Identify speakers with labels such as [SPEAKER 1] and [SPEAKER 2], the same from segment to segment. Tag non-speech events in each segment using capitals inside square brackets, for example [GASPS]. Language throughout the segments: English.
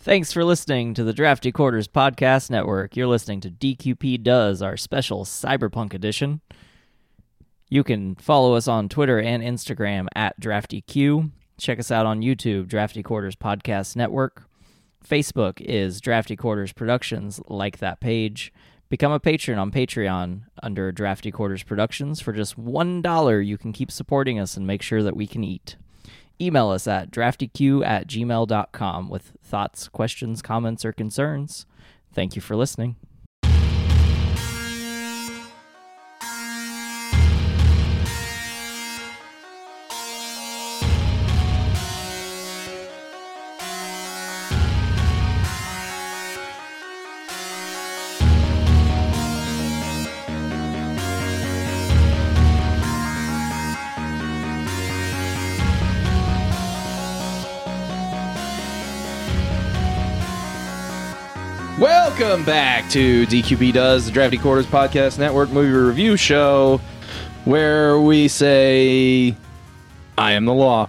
[SPEAKER 1] Thanks for listening to the Drafty Quarters Podcast Network. You're listening to DQP Does, our special Cyberpunk edition. You can follow us on Twitter and Instagram at DraftyQ. Check us out on YouTube, Drafty Quarters Podcast Network. Facebook is Drafty Quarters Productions, like that page. Become a patron on Patreon under Drafty Quarters Productions. For just $1, you can keep supporting us and make sure that we can eat. Email us at draftyq at gmail.com with thoughts, questions, comments, or concerns. Thank you for listening.
[SPEAKER 2] Welcome back to DQB Does, the Drafty Quarters Podcast Network movie review show, where we say, I am the law.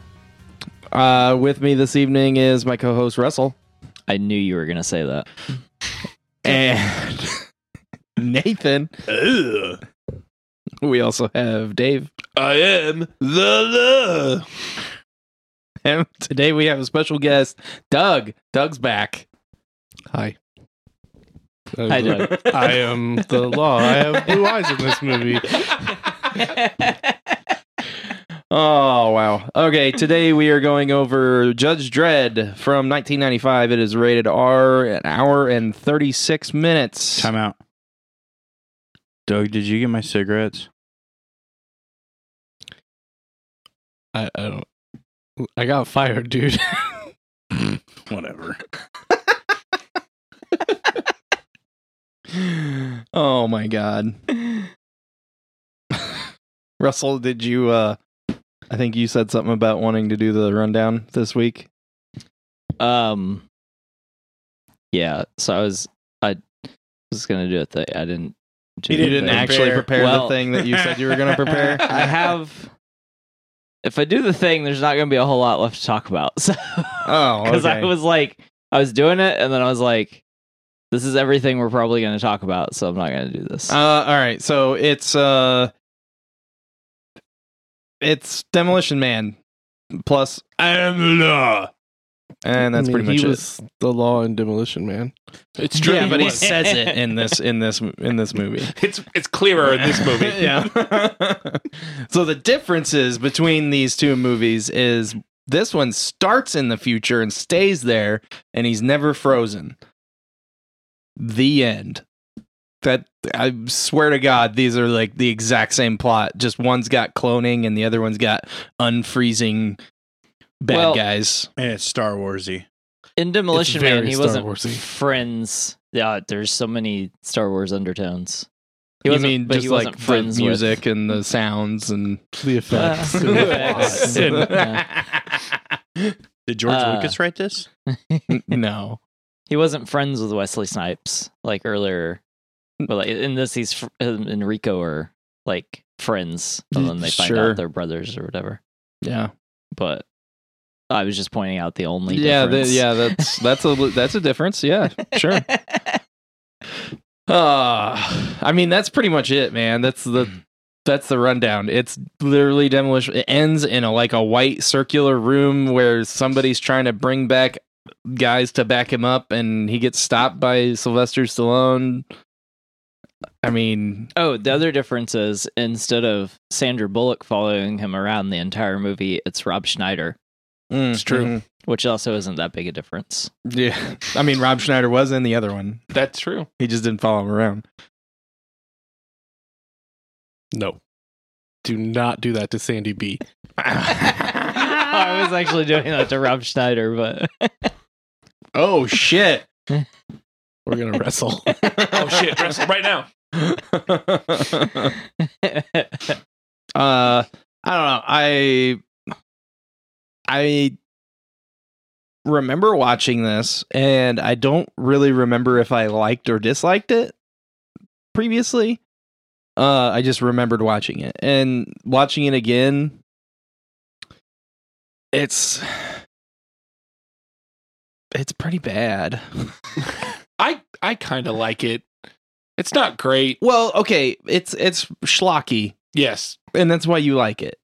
[SPEAKER 2] Uh, with me this evening is my co host, Russell,
[SPEAKER 1] I knew you were going to say that.
[SPEAKER 2] and [LAUGHS] Nathan. We also have Dave. I am the law. And today we have a special guest, Doug. Doug's back.
[SPEAKER 3] Hi.
[SPEAKER 1] Hi, Doug.
[SPEAKER 3] I am the law. I have blue eyes in this movie.
[SPEAKER 2] Oh wow. Okay, today we are going over Judge Dredd from 1995. It is rated R, an hour and 36 minutes.
[SPEAKER 3] Time out.
[SPEAKER 4] Doug, did you get my cigarettes?
[SPEAKER 3] I, I don't. I got fired, dude.
[SPEAKER 4] Whatever.
[SPEAKER 2] [GASPS] Oh my god. [LAUGHS] Russell, did you uh I think you said something about wanting to do the rundown this week.
[SPEAKER 1] Um. Yeah. So I was I was gonna do a thing. I didn't. Do
[SPEAKER 2] You
[SPEAKER 1] the
[SPEAKER 2] didn't
[SPEAKER 1] thing.
[SPEAKER 2] actually prepare
[SPEAKER 1] Well-
[SPEAKER 2] the thing that you said you were [LAUGHS] going to prepare.
[SPEAKER 1] [LAUGHS] I have. If I do the thing, there's not gonna be a whole lot left to talk about. [LAUGHS] So
[SPEAKER 2] Oh, [LAUGHS]
[SPEAKER 1] because
[SPEAKER 2] okay.
[SPEAKER 1] I was like, I was doing it, and then I was like, this is everything we're probably gonna talk about. So I'm not gonna do this.
[SPEAKER 2] Uh, all right. So it's uh, it's Demolition Man plus I am the law, and that's
[SPEAKER 3] I mean,
[SPEAKER 2] pretty much
[SPEAKER 3] he
[SPEAKER 2] it.
[SPEAKER 3] was the law in Demolition Man.
[SPEAKER 4] It's
[SPEAKER 2] yeah, but he
[SPEAKER 1] was.
[SPEAKER 2] says it in this in this in [LAUGHS] this movie.
[SPEAKER 4] it's it's clearer in this
[SPEAKER 1] [LAUGHS]
[SPEAKER 4] movie.
[SPEAKER 2] [LAUGHS] yeah. so the differences between these two movies is this one starts in the future and stays there, and he's never frozen. The end. That I swear to God, these are like the exact same plot. Just one's got cloning, and the other one's got unfreezing bad
[SPEAKER 1] Well-
[SPEAKER 2] guys.
[SPEAKER 4] And Eh, it's Star Warsy.
[SPEAKER 1] In Demolition
[SPEAKER 3] very
[SPEAKER 1] Man, he
[SPEAKER 3] Star
[SPEAKER 1] wasn't
[SPEAKER 3] Wars-y.
[SPEAKER 1] friends. Yeah, there's so many Star Wars undertones. He
[SPEAKER 2] You
[SPEAKER 1] wasn't,
[SPEAKER 2] mean
[SPEAKER 1] but
[SPEAKER 2] just
[SPEAKER 1] he
[SPEAKER 2] like
[SPEAKER 1] wasn't
[SPEAKER 2] the
[SPEAKER 1] friends with-
[SPEAKER 2] music and the sounds
[SPEAKER 1] [LAUGHS]
[SPEAKER 2] and [LAUGHS]
[SPEAKER 3] The effects.
[SPEAKER 1] Uh,
[SPEAKER 3] and the
[SPEAKER 1] effects.
[SPEAKER 5] [LAUGHS]
[SPEAKER 3] plot and-
[SPEAKER 4] Did George
[SPEAKER 1] Uh,
[SPEAKER 4] Lucas write this?
[SPEAKER 2] no.
[SPEAKER 1] he wasn't friends with Wesley Snipes like earlier, but like in this, he's fr- him and Rico are like friends, and then they find
[SPEAKER 2] Sure.
[SPEAKER 1] out they're brothers or whatever.
[SPEAKER 2] Yeah.
[SPEAKER 1] But I was just pointing out the only
[SPEAKER 2] yeah, the-
[SPEAKER 1] difference.
[SPEAKER 2] yeah, that's that's a
[SPEAKER 1] [LAUGHS]
[SPEAKER 2] that's a difference. Yeah, sure. Uh, I mean, that's pretty much it, man. That's the that's the rundown. It's literally demolition. It ends in a like a white circular room where somebody's trying to bring back guys to back him up, and he gets stopped by Sylvester Stallone. I mean,
[SPEAKER 1] Oh, the other difference is instead of Sandra Bullock following him around the entire movie, it's Rob Schneider,
[SPEAKER 2] it's
[SPEAKER 3] true.
[SPEAKER 1] which also isn't that big a difference.
[SPEAKER 2] mm-hmm. Yeah, I mean, Rob Schneider was in the other one.
[SPEAKER 4] That's true.
[SPEAKER 2] He just didn't follow him around.
[SPEAKER 3] no. Do not do that to Sandy B.
[SPEAKER 1] [LAUGHS] I was actually doing that to Rob Schneider, but
[SPEAKER 2] Oh shit!
[SPEAKER 3] We're gonna wrestle.
[SPEAKER 4] Oh shit! Russell, right now.
[SPEAKER 2] [LAUGHS] uh i don't know i i remember watching this and i don't really remember if i liked or disliked it previously uh i just remembered watching it and watching it again it's it's pretty bad.
[SPEAKER 3] I I kind of like it. It's not great.
[SPEAKER 2] well, okay, it's it's schlocky,
[SPEAKER 3] Yes.
[SPEAKER 2] and that's why you like it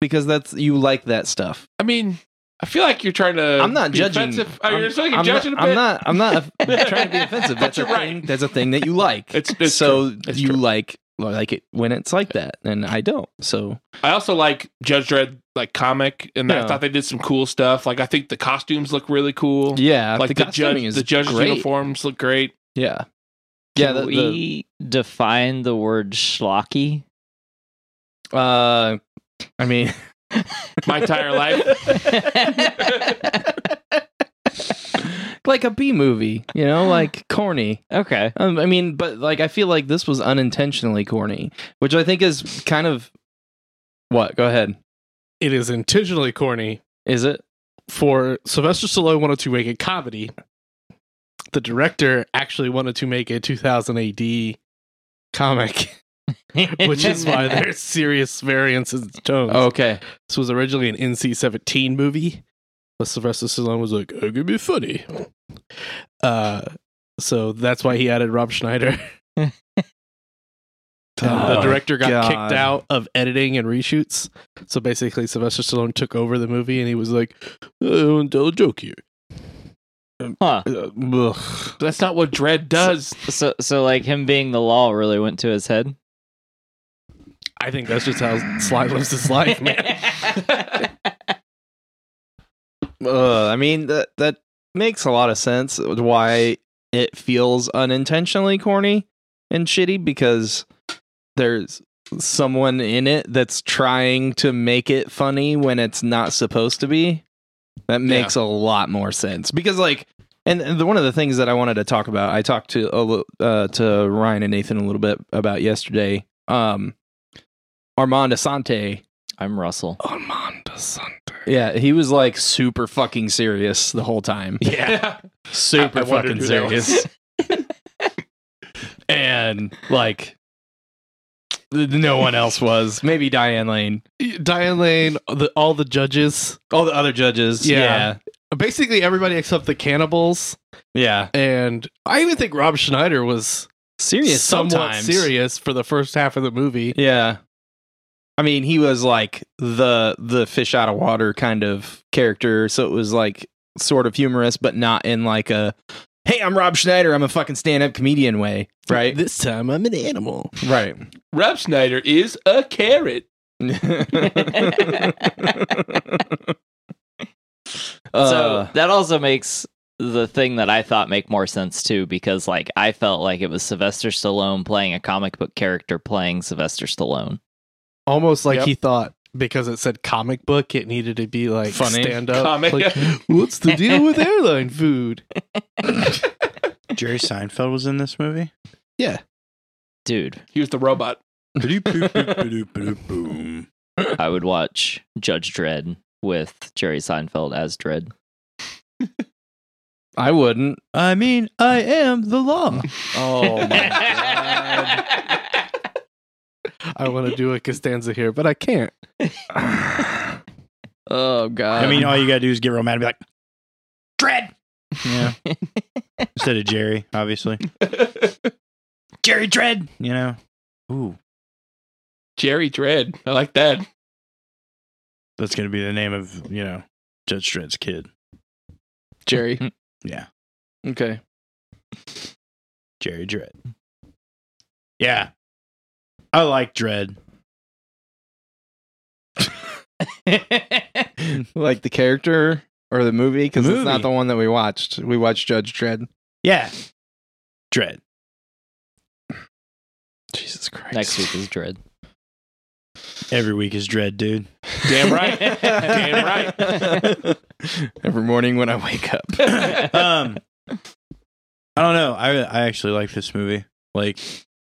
[SPEAKER 2] because that's you like that stuff.
[SPEAKER 3] I mean, I feel like you're trying to.
[SPEAKER 2] I'm not
[SPEAKER 3] Uh, be
[SPEAKER 2] judging.
[SPEAKER 3] offensive. Oh,
[SPEAKER 2] I'm-
[SPEAKER 3] you're trying to
[SPEAKER 2] I'm
[SPEAKER 3] judging
[SPEAKER 2] not,
[SPEAKER 3] a bit.
[SPEAKER 2] I'm not. I'm
[SPEAKER 3] [LAUGHS]
[SPEAKER 2] not uh, trying to be offensive.
[SPEAKER 3] But
[SPEAKER 2] That's a
[SPEAKER 3] you're right.
[SPEAKER 2] thing. That's a thing that you like.
[SPEAKER 3] It's- it's
[SPEAKER 2] so
[SPEAKER 3] true. It's
[SPEAKER 2] you
[SPEAKER 3] true.
[SPEAKER 2] like like it when it's like that, and I don't. So
[SPEAKER 3] I also like Judge Dredd like comic, and I
[SPEAKER 2] Yeah.
[SPEAKER 3] thought they did some cool stuff. Like I think the costumes look really cool.
[SPEAKER 2] yeah,
[SPEAKER 3] like the,
[SPEAKER 2] costuming
[SPEAKER 3] judge, the judge's
[SPEAKER 2] great.
[SPEAKER 3] uniforms look great.
[SPEAKER 2] Yeah, [LAUGHS] yeah.
[SPEAKER 1] Can
[SPEAKER 2] The, the,
[SPEAKER 1] we define the word schlocky?
[SPEAKER 2] uh, I mean, [LAUGHS]
[SPEAKER 3] My entire life.
[SPEAKER 2] like a B movie, you
[SPEAKER 3] [GASPS]
[SPEAKER 2] know, like corny.
[SPEAKER 1] [LAUGHS] okay.
[SPEAKER 2] Um, I mean, but like, I feel like this was unintentionally corny, which I think is kind of what. Go ahead.
[SPEAKER 5] It is intentionally corny
[SPEAKER 2] Is it?
[SPEAKER 5] for Sylvester Stallone wanted to make a comedy. The director actually wanted to make a 2000 AD comic, [LAUGHS] which is why there's serious variances in tones.
[SPEAKER 3] Oh,
[SPEAKER 2] Okay.
[SPEAKER 5] This was originally an NC-17 movie, but Sylvester Stallone was like, "It could be funny," [LAUGHS] uh, so that's why he added Rob Schneider. [LAUGHS] the
[SPEAKER 2] Oh,
[SPEAKER 5] director got
[SPEAKER 2] God.
[SPEAKER 5] kicked out of editing and reshoots, so basically Sylvester Stallone took over the movie, and he was like, "Oh, and tell a joke here."
[SPEAKER 1] Huh.
[SPEAKER 5] Uh, ugh.
[SPEAKER 3] That's not what Dredd does.
[SPEAKER 1] So, so like him being the law really went to his
[SPEAKER 2] [LAUGHS]
[SPEAKER 1] head.
[SPEAKER 5] I think that's just how Sly lives his
[SPEAKER 2] [LAUGHS]
[SPEAKER 5] life, man.
[SPEAKER 2] Ugh, uh, I mean, that that makes a lot of sense. Why it feels unintentionally corny and shitty because there's someone in it that's trying to make it funny when it's not supposed to be. That makes a lot more sense because, like, and, and the, one of the things that I wanted to talk about, I talked to a li- uh, to Ryan and Nathan a little bit about yesterday. Um, Armand Asante
[SPEAKER 1] I'm Russell.
[SPEAKER 5] Armando Sante.
[SPEAKER 2] yeah, he was like super fucking serious the whole time.
[SPEAKER 3] Yeah.
[SPEAKER 2] Super
[SPEAKER 3] [LAUGHS] I- I wondered
[SPEAKER 2] fucking
[SPEAKER 3] who that was.
[SPEAKER 2] serious. and like th- no one else was. Maybe Diane Lane.
[SPEAKER 5] Diane Lane, the, all the judges,
[SPEAKER 2] All the other judges.
[SPEAKER 5] Yeah. basically everybody except the cannibals,
[SPEAKER 2] Yeah. yeah.
[SPEAKER 5] and I even think Rob Schneider was
[SPEAKER 2] Serious
[SPEAKER 5] somewhat
[SPEAKER 2] sometimes.
[SPEAKER 5] serious for the first half of the movie.
[SPEAKER 2] Yeah. I mean, he was like the the fish out of water kind of character, so it was like sort of humorous, but not in like a hey, I'm Rob Schneider, I'm a fucking stand up comedian way. Right?
[SPEAKER 5] [LAUGHS] This time I'm an animal.
[SPEAKER 2] right.
[SPEAKER 3] Rob Schneider is a carrot.
[SPEAKER 1] so
[SPEAKER 2] [LAUGHS] Uh,
[SPEAKER 1] that also makes the thing that I thought make more sense too, because like I felt like it was Sylvester Stallone playing a comic book character playing Sylvester Stallone.
[SPEAKER 5] Almost like
[SPEAKER 3] Yep.
[SPEAKER 5] he thought because it said comic book, it needed to be like
[SPEAKER 2] Funny.
[SPEAKER 5] stand up.
[SPEAKER 3] Comic.
[SPEAKER 5] Like, [LAUGHS] what's the deal [LAUGHS] with airline food?
[SPEAKER 4] Jerry Seinfeld was in this movie.
[SPEAKER 1] Dude,
[SPEAKER 3] He was the robot.
[SPEAKER 4] Boom.
[SPEAKER 1] I would watch Judge Dredd with Jerry Seinfeld as Dredd.
[SPEAKER 2] I wouldn't.
[SPEAKER 4] I mean, I am the law.
[SPEAKER 2] [LAUGHS] Oh
[SPEAKER 5] I want to do a Costanza here, but I can't.
[SPEAKER 2] oh god.
[SPEAKER 4] I mean, all you gotta do is get real mad and be like, Dread. Yeah. Instead of Jerry, obviously. Jerry Dread. You know. Ooh,
[SPEAKER 3] Jerry Dredd. I like that.
[SPEAKER 4] that's gonna be the name of you know Judge Dredd's kid.
[SPEAKER 2] [LAUGHS] Jerry.
[SPEAKER 4] Yeah,
[SPEAKER 2] Okay.
[SPEAKER 4] Jerry Dredd. Yeah, I like Dread.
[SPEAKER 2] [LAUGHS] Like the character or the movie cuz it's
[SPEAKER 4] Movie.
[SPEAKER 2] not the one that we watched. We watched Judge Dredd.
[SPEAKER 4] Yeah, Dread.
[SPEAKER 2] Jesus Christ.
[SPEAKER 1] Next week is Dredd.
[SPEAKER 4] Every week is Dread, dude.
[SPEAKER 3] Damn right. Damn right.
[SPEAKER 2] Every morning when I wake up.
[SPEAKER 4] um i don't know i i actually like this movie like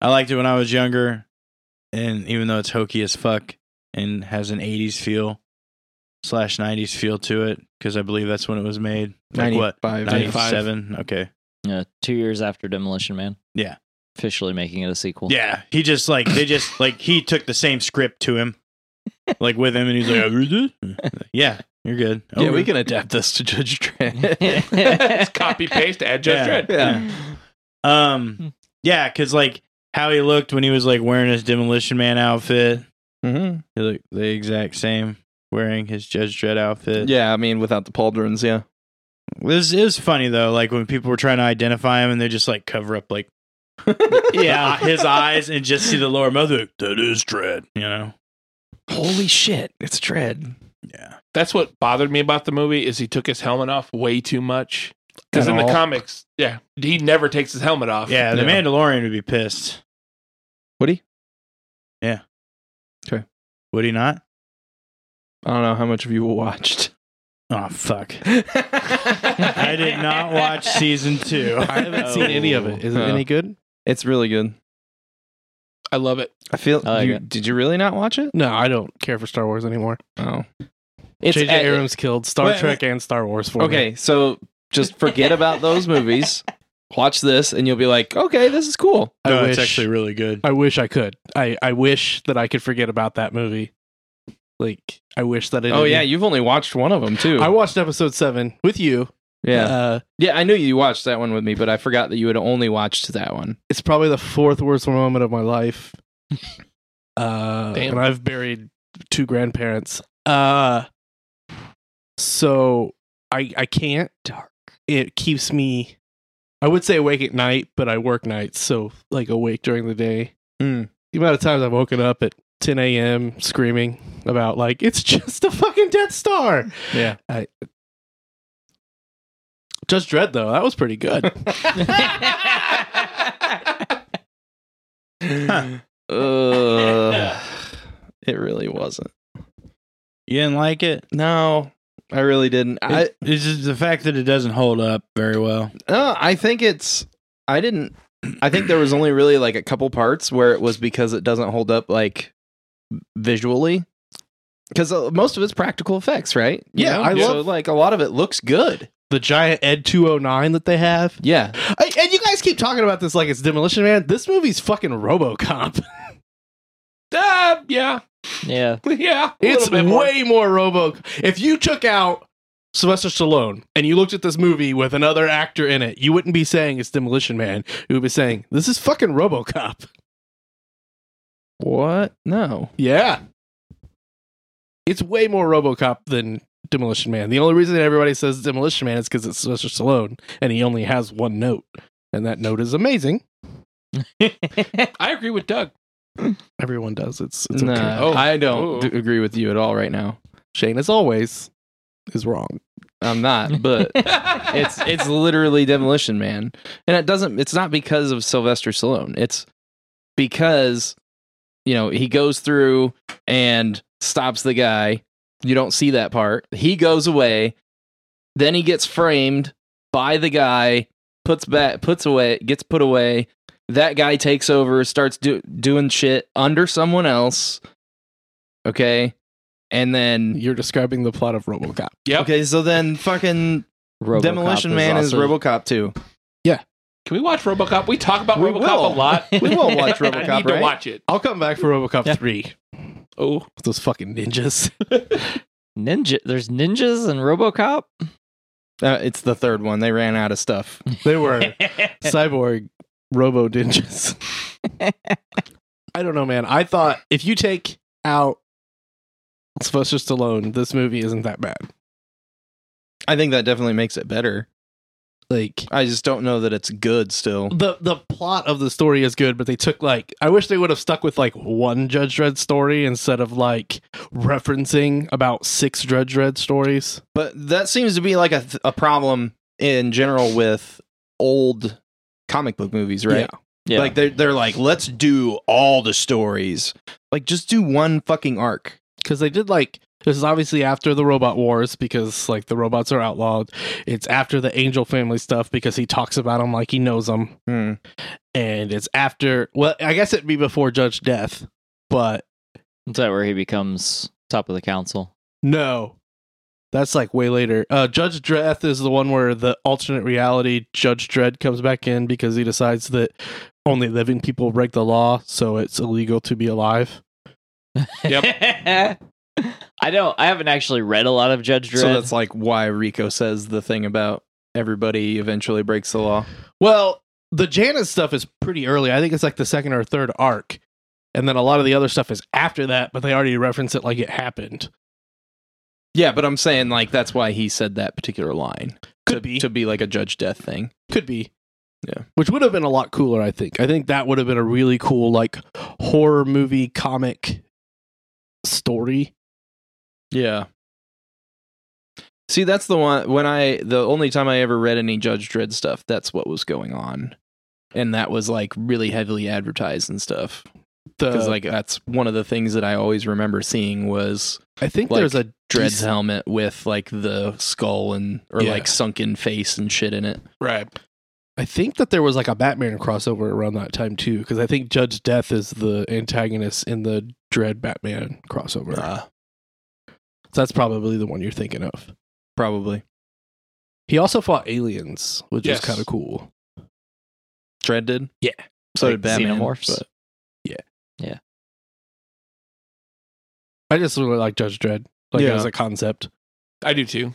[SPEAKER 4] i liked it when i was younger and even though it's hokey as fuck and has an 80s feel slash 90s feel to it because i believe that's when it was made like what
[SPEAKER 2] 95.
[SPEAKER 4] 97 okay
[SPEAKER 1] Uh, two years after Demolition Man.
[SPEAKER 4] Yeah.
[SPEAKER 1] Officially making it a sequel.
[SPEAKER 4] yeah he just like
[SPEAKER 2] [LAUGHS]
[SPEAKER 4] they
[SPEAKER 2] [LAUGHS]
[SPEAKER 4] just like he took the same script to him like with him and he's like yeah You're good.
[SPEAKER 2] [LAUGHS] yeah, we [LAUGHS]
[SPEAKER 4] Over.
[SPEAKER 2] can adapt this to Judge Dredd.
[SPEAKER 3] It's copy paste add Judge
[SPEAKER 4] Yeah.
[SPEAKER 3] Dredd.
[SPEAKER 2] yeah. Hmm.
[SPEAKER 4] Um, yeah, because like how he looked when he was like wearing his Demolition Man outfit,
[SPEAKER 2] hmm
[SPEAKER 4] he looked the exact same wearing his Judge Dredd outfit.
[SPEAKER 2] yeah, I mean, without the pauldrons, yeah.
[SPEAKER 4] this is funny though. Like when people were trying to identify him and they just like cover up
[SPEAKER 5] [LAUGHS]
[SPEAKER 4] like yeah his eyes and just see the lower mouth. Like, that is Dredd, you know.
[SPEAKER 2] Holy shit, it's Dredd.
[SPEAKER 4] Yeah,
[SPEAKER 3] That's what bothered me about the movie is he took his helmet off way too much. Because
[SPEAKER 2] At
[SPEAKER 3] in
[SPEAKER 2] all.
[SPEAKER 3] the comics, yeah, he never takes his helmet off. [LAUGHS]
[SPEAKER 4] yeah. The
[SPEAKER 2] Yeah.
[SPEAKER 4] Mandalorian would be pissed.
[SPEAKER 2] Would he?
[SPEAKER 4] Would he not?
[SPEAKER 2] I don't know how much of you watched.
[SPEAKER 4] Oh fuck!
[SPEAKER 2] it's
[SPEAKER 4] I did not watch season two.
[SPEAKER 5] [LAUGHS] I haven't seen any of it. Is it
[SPEAKER 2] No.
[SPEAKER 5] any good?
[SPEAKER 2] really good.
[SPEAKER 3] I love it.
[SPEAKER 2] I feel.
[SPEAKER 1] I like
[SPEAKER 2] you,
[SPEAKER 1] it.
[SPEAKER 2] Did you really not watch it?
[SPEAKER 5] No, I don't care for Star Wars anymore.
[SPEAKER 2] Oh,
[SPEAKER 5] JJ
[SPEAKER 2] at-
[SPEAKER 5] Abrams killed Star
[SPEAKER 2] Wait,
[SPEAKER 5] Trek and Star Wars for me.
[SPEAKER 2] Okay, so just forget about those movies. Watch this, and you'll be like, okay, this is cool.
[SPEAKER 5] I
[SPEAKER 4] Oh. No,
[SPEAKER 5] wish,
[SPEAKER 4] it's actually really good.
[SPEAKER 5] I wish I could. I, I wish that I could forget about that movie. Like I wish that I
[SPEAKER 2] Oh
[SPEAKER 5] didn't. e-
[SPEAKER 2] yeah, you've only watched one of them too.
[SPEAKER 5] I watched episode seven with you.
[SPEAKER 2] yeah,
[SPEAKER 5] Uh,
[SPEAKER 2] yeah. I knew you watched that one with me, but I forgot that you had only watched that one.
[SPEAKER 5] it's probably the fourth worst moment of my life. Uh,
[SPEAKER 3] Damn.
[SPEAKER 5] and I've buried two grandparents. Uh, so I I can't. Dark. It keeps me. I would say awake at night, but I work nights, so like awake during the day.
[SPEAKER 2] Mm.
[SPEAKER 5] The amount of times I've woken up at 10 a.m. screaming about like it's [LAUGHS] just a fucking Death Star.
[SPEAKER 2] [LAUGHS] Yeah.
[SPEAKER 5] I. Just Dread though, that was pretty good.
[SPEAKER 2] Uh, it really wasn't.
[SPEAKER 4] You didn't like it?
[SPEAKER 2] No, I really didn't. I
[SPEAKER 4] It- it's just the fact that it doesn't hold up very well.
[SPEAKER 2] No, I think it's. I didn't. I think there was only really like a couple parts where it was because it doesn't hold up like visually. Because most of it's practical effects, right?
[SPEAKER 5] Yeah, I
[SPEAKER 2] so,
[SPEAKER 5] love-
[SPEAKER 2] like a lot of it looks good.
[SPEAKER 5] the giant Ed 209 that they have.
[SPEAKER 2] Yeah,
[SPEAKER 5] I, and you guys keep talking about this like it's Demolition Man. This movie's
[SPEAKER 3] [LAUGHS]
[SPEAKER 5] fucking RoboCop.
[SPEAKER 3] Uh, yeah.
[SPEAKER 1] [LAUGHS]
[SPEAKER 3] [LAUGHS]
[SPEAKER 1] yeah.
[SPEAKER 3] Yeah. a
[SPEAKER 5] It's
[SPEAKER 3] little bit more.
[SPEAKER 5] way more Robo. If you took out Sylvester Stallone and you looked at this movie with another actor in it, you wouldn't be saying it's Demolition Man. You would be saying this is fucking RoboCop.
[SPEAKER 2] What? No.
[SPEAKER 5] Yeah. It's way more RoboCop than Demolition Man. The only reason everybody says Demolition Man is because it's Sylvester Stallone and he only has one note, and that note is amazing.
[SPEAKER 3] I agree with Doug.
[SPEAKER 5] Everyone does. It's it's
[SPEAKER 2] No.
[SPEAKER 5] okay.
[SPEAKER 3] Oh.
[SPEAKER 2] I don't
[SPEAKER 3] Oh.
[SPEAKER 2] d- agree with you at all right now.
[SPEAKER 5] Shane, as always, is wrong.
[SPEAKER 2] I'm not, [LAUGHS] but [LAUGHS] it's it's literally Demolition Man, and it doesn't. It's not because of Sylvester Stallone. It's because you know he goes through and stops the guy. You don't see that part. He goes away, then he gets framed by the guy. Puts back, puts away, gets put away. That guy takes over, starts do, doing shit under someone else. Okay, and then
[SPEAKER 5] You're describing the plot of RoboCop.
[SPEAKER 3] Yep.
[SPEAKER 2] okay, so then fucking
[SPEAKER 1] RoboCop
[SPEAKER 2] Demolition Man is
[SPEAKER 1] also-
[SPEAKER 2] RoboCop too.
[SPEAKER 3] Can we watch RoboCop? We talk about
[SPEAKER 2] We
[SPEAKER 3] RoboCop
[SPEAKER 2] will.
[SPEAKER 3] a lot.
[SPEAKER 2] We will watch
[SPEAKER 3] [LAUGHS] I need
[SPEAKER 2] RoboCop,
[SPEAKER 3] to
[SPEAKER 2] right?
[SPEAKER 3] watch it.
[SPEAKER 5] I'll come back for RoboCop
[SPEAKER 1] Yeah.
[SPEAKER 5] three.
[SPEAKER 3] Oh,
[SPEAKER 5] With those fucking ninjas.
[SPEAKER 1] Ninja. There's ninjas and
[SPEAKER 2] [LAUGHS]
[SPEAKER 1] RoboCop.
[SPEAKER 2] Uh, it's the third one. They ran out
[SPEAKER 1] [LAUGHS]
[SPEAKER 2] of stuff.
[SPEAKER 5] [LAUGHS] they were [LAUGHS] cyborg robo ninjas. I don't know, man. I thought if you take out Sylvester Stallone, this movie isn't that bad.
[SPEAKER 2] I think that definitely makes it better.
[SPEAKER 5] Like
[SPEAKER 2] I just don't know that it's good still.
[SPEAKER 5] the the plot of the story is good, but they took like I wish they would have stuck with like one Judge Dredd story instead of like referencing about six Judge Dredd stories.
[SPEAKER 2] But that seems to be like a, th- a problem in general with old comic book movies, right?
[SPEAKER 1] Yeah.
[SPEAKER 2] Like they're, they're like, let's do all the stories. Like just do one fucking arc.
[SPEAKER 5] because they did like this is obviously after the robot wars because like the robots are outlawed. It's after the Angel family stuff because he talks about them like he knows them,
[SPEAKER 2] Hmm.
[SPEAKER 5] and it's after well, I guess it'd be before Judge Death, but
[SPEAKER 1] Is that where he becomes top of the council?
[SPEAKER 5] No. That's like way later. Uh, Judge Dredd is the one where the alternate reality Judge Dredd comes back in because he decides that only living people break the law, so it's illegal to be alive.
[SPEAKER 1] Yep. [LAUGHS] I don't. I haven't actually read a lot of Judge Dredd.
[SPEAKER 2] So that's like why Rico says the thing about everybody eventually breaks the law.
[SPEAKER 5] Well, the Janus stuff is pretty early. I think it's like the second or third arc. And then a lot of the other stuff is after that, but they already reference it like it happened.
[SPEAKER 2] Yeah, but I'm saying like that's why he said that particular line.
[SPEAKER 5] Could
[SPEAKER 2] to,
[SPEAKER 5] be.
[SPEAKER 2] to be like a judge death thing.
[SPEAKER 5] Could be.
[SPEAKER 2] Yeah.
[SPEAKER 5] Which would have been a lot cooler, I think. I think that would have been a really cool, like, horror movie comic story.
[SPEAKER 2] Yeah. See, that's the one when I the only time I ever read any Judge Dredd stuff, that's what was going on. And that was like really heavily advertised and stuff.
[SPEAKER 5] The,
[SPEAKER 2] Because like that's one of the things that I always remember seeing was
[SPEAKER 5] I think
[SPEAKER 2] like,
[SPEAKER 5] there's a
[SPEAKER 2] Dredd's
[SPEAKER 5] decent-
[SPEAKER 2] helmet with like the skull and or
[SPEAKER 5] Yeah.
[SPEAKER 2] like sunken face and shit in it.
[SPEAKER 3] Right.
[SPEAKER 5] I think that there was like a Batman crossover around that time too, because I think Judge Death is the antagonist in the Dread Batman crossover.
[SPEAKER 1] Uh-huh.
[SPEAKER 2] Ah.
[SPEAKER 5] So that's probably the one you're thinking of.
[SPEAKER 2] Probably.
[SPEAKER 5] He also fought aliens, which
[SPEAKER 3] Yes.
[SPEAKER 5] is kind of cool.
[SPEAKER 2] Dredd did?
[SPEAKER 5] Yeah.
[SPEAKER 2] So
[SPEAKER 1] Like
[SPEAKER 2] did Batman.
[SPEAKER 1] xenomorphs?
[SPEAKER 2] but-
[SPEAKER 5] I just really like Judge Dread, like
[SPEAKER 2] Yeah.
[SPEAKER 5] as a concept.
[SPEAKER 3] I do too.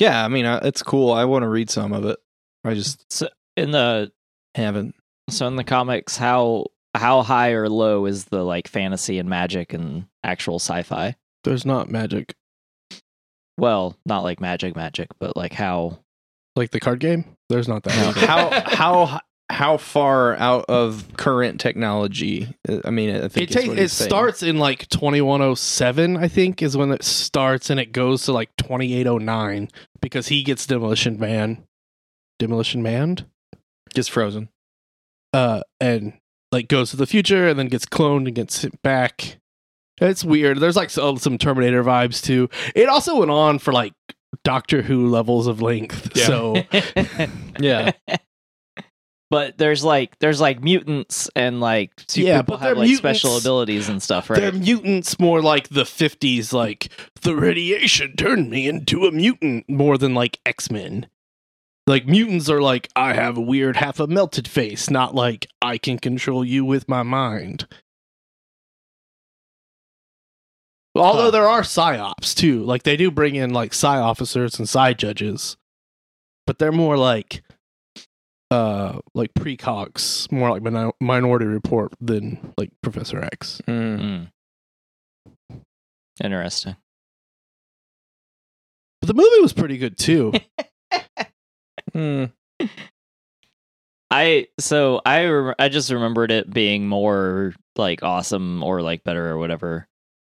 [SPEAKER 2] yeah, I mean, I, it's cool. I want to read some of it. I just
[SPEAKER 1] in the
[SPEAKER 2] haven't.
[SPEAKER 1] so in the comics, how how high or low is the like fantasy and magic and actual sci-fi?
[SPEAKER 5] There's not magic
[SPEAKER 1] Well, not like magic, magic, but like how
[SPEAKER 5] like the card game. There's not that.
[SPEAKER 2] [LAUGHS]
[SPEAKER 5] either.
[SPEAKER 2] how how how far out of current technology? uh, I mean, I think
[SPEAKER 5] it takes it starts in like 2107 i think is when it starts and it goes to like 2809 because he gets demolition man demolition manned
[SPEAKER 2] gets frozen.
[SPEAKER 5] uh and like goes to the future and then gets cloned and gets sent back it's weird there's like some, some terminator vibes too it also went on for like doctor who levels of length
[SPEAKER 1] [LAUGHS]
[SPEAKER 3] Yeah.
[SPEAKER 5] so
[SPEAKER 2] [LAUGHS] Yeah,
[SPEAKER 1] but there's like there's like mutants and like super
[SPEAKER 5] Yeah,
[SPEAKER 1] people
[SPEAKER 5] but
[SPEAKER 1] have
[SPEAKER 5] they're
[SPEAKER 1] like special
[SPEAKER 5] mutants.
[SPEAKER 1] abilities and stuff,
[SPEAKER 5] They're
[SPEAKER 1] right?
[SPEAKER 5] mutants more like the 50s, like, the radiation turned me into a mutant more than like X Men. Like, mutants are like, I have a weird half a melted face, not like, I can control you with my mind. Although
[SPEAKER 3] Huh.
[SPEAKER 5] there are psyops too. Like, they do bring in like psy officers and psy judges, but they're more like, uh, like precogs, more like Mino- Minority Report than like Professor X.
[SPEAKER 2] Mm.
[SPEAKER 1] Hmm. Interesting.
[SPEAKER 5] But the movie was pretty good too.
[SPEAKER 2] Mm.
[SPEAKER 1] I so I rem- I just remembered it being more like awesome or like better or whatever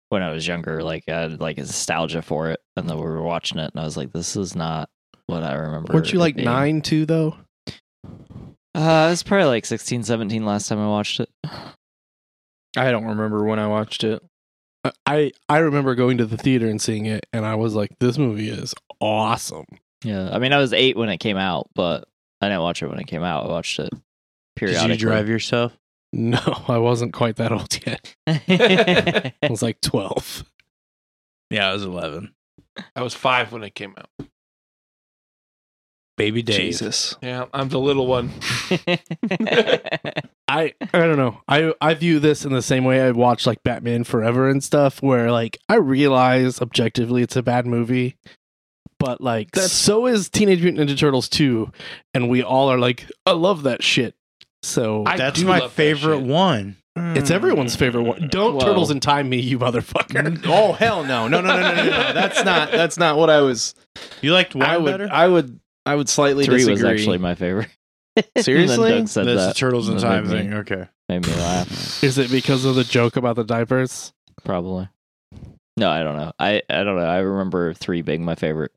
[SPEAKER 1] when I was younger. Like I had like a nostalgia for it, and then we were watching it, and I was like, "This is not what I remember."
[SPEAKER 5] Weren't you
[SPEAKER 1] it
[SPEAKER 5] like
[SPEAKER 1] being.
[SPEAKER 5] nine too though?
[SPEAKER 1] Uh, it was probably like 16, 17 last time I watched it. [LAUGHS]
[SPEAKER 2] I don't remember when I watched it.
[SPEAKER 5] I- Uh, I I remember going to the theater and seeing it, and I was like, "This movie is awesome." [LAUGHS]
[SPEAKER 1] Yeah, I mean, I was eight when it came out, but I didn't watch it when it came out. I watched it
[SPEAKER 4] Did
[SPEAKER 1] periodically.
[SPEAKER 4] you drive yourself?
[SPEAKER 5] No, I wasn't quite that old yet. I was like twelve.
[SPEAKER 4] Yeah, I was 11.
[SPEAKER 3] I was five when it came out.
[SPEAKER 4] Baby Dave.
[SPEAKER 2] Jesus.
[SPEAKER 3] Yeah, I'm the little
[SPEAKER 4] [LAUGHS]
[SPEAKER 3] one.
[SPEAKER 5] I I don't know. I I view this in the same way I watched like Batman Forever and stuff, where like I realize objectively it's a bad movie, but like
[SPEAKER 2] That's-
[SPEAKER 5] so is Teenage Mutant Ninja Turtles two, and we all are like, "I love that shit." So
[SPEAKER 3] I
[SPEAKER 4] That's
[SPEAKER 3] do
[SPEAKER 4] my
[SPEAKER 3] love that
[SPEAKER 4] favorite
[SPEAKER 3] shit.
[SPEAKER 4] one.
[SPEAKER 5] It's everyone's favorite one. Don't
[SPEAKER 1] Whoa.
[SPEAKER 5] turtles in time me, you motherfucker.
[SPEAKER 2] [LAUGHS] Oh hell no. no! No no no no no! That's not that's not what I was.
[SPEAKER 4] You liked one
[SPEAKER 2] I would
[SPEAKER 4] better?
[SPEAKER 2] I would I would slightly
[SPEAKER 1] Three
[SPEAKER 2] disagree.
[SPEAKER 1] was actually my [LAUGHS] favorite.
[SPEAKER 2] Seriously?
[SPEAKER 1] and then Doug said
[SPEAKER 4] That's the
[SPEAKER 1] that.
[SPEAKER 4] Turtles in
[SPEAKER 1] that
[SPEAKER 4] Time
[SPEAKER 1] made me-
[SPEAKER 4] thing. Okay.
[SPEAKER 1] Made [LAUGHS] me laugh.
[SPEAKER 5] Is it because of the joke about the diapers?
[SPEAKER 1] Probably. No, I don't know. I, I don't know. I remember three being my favorite.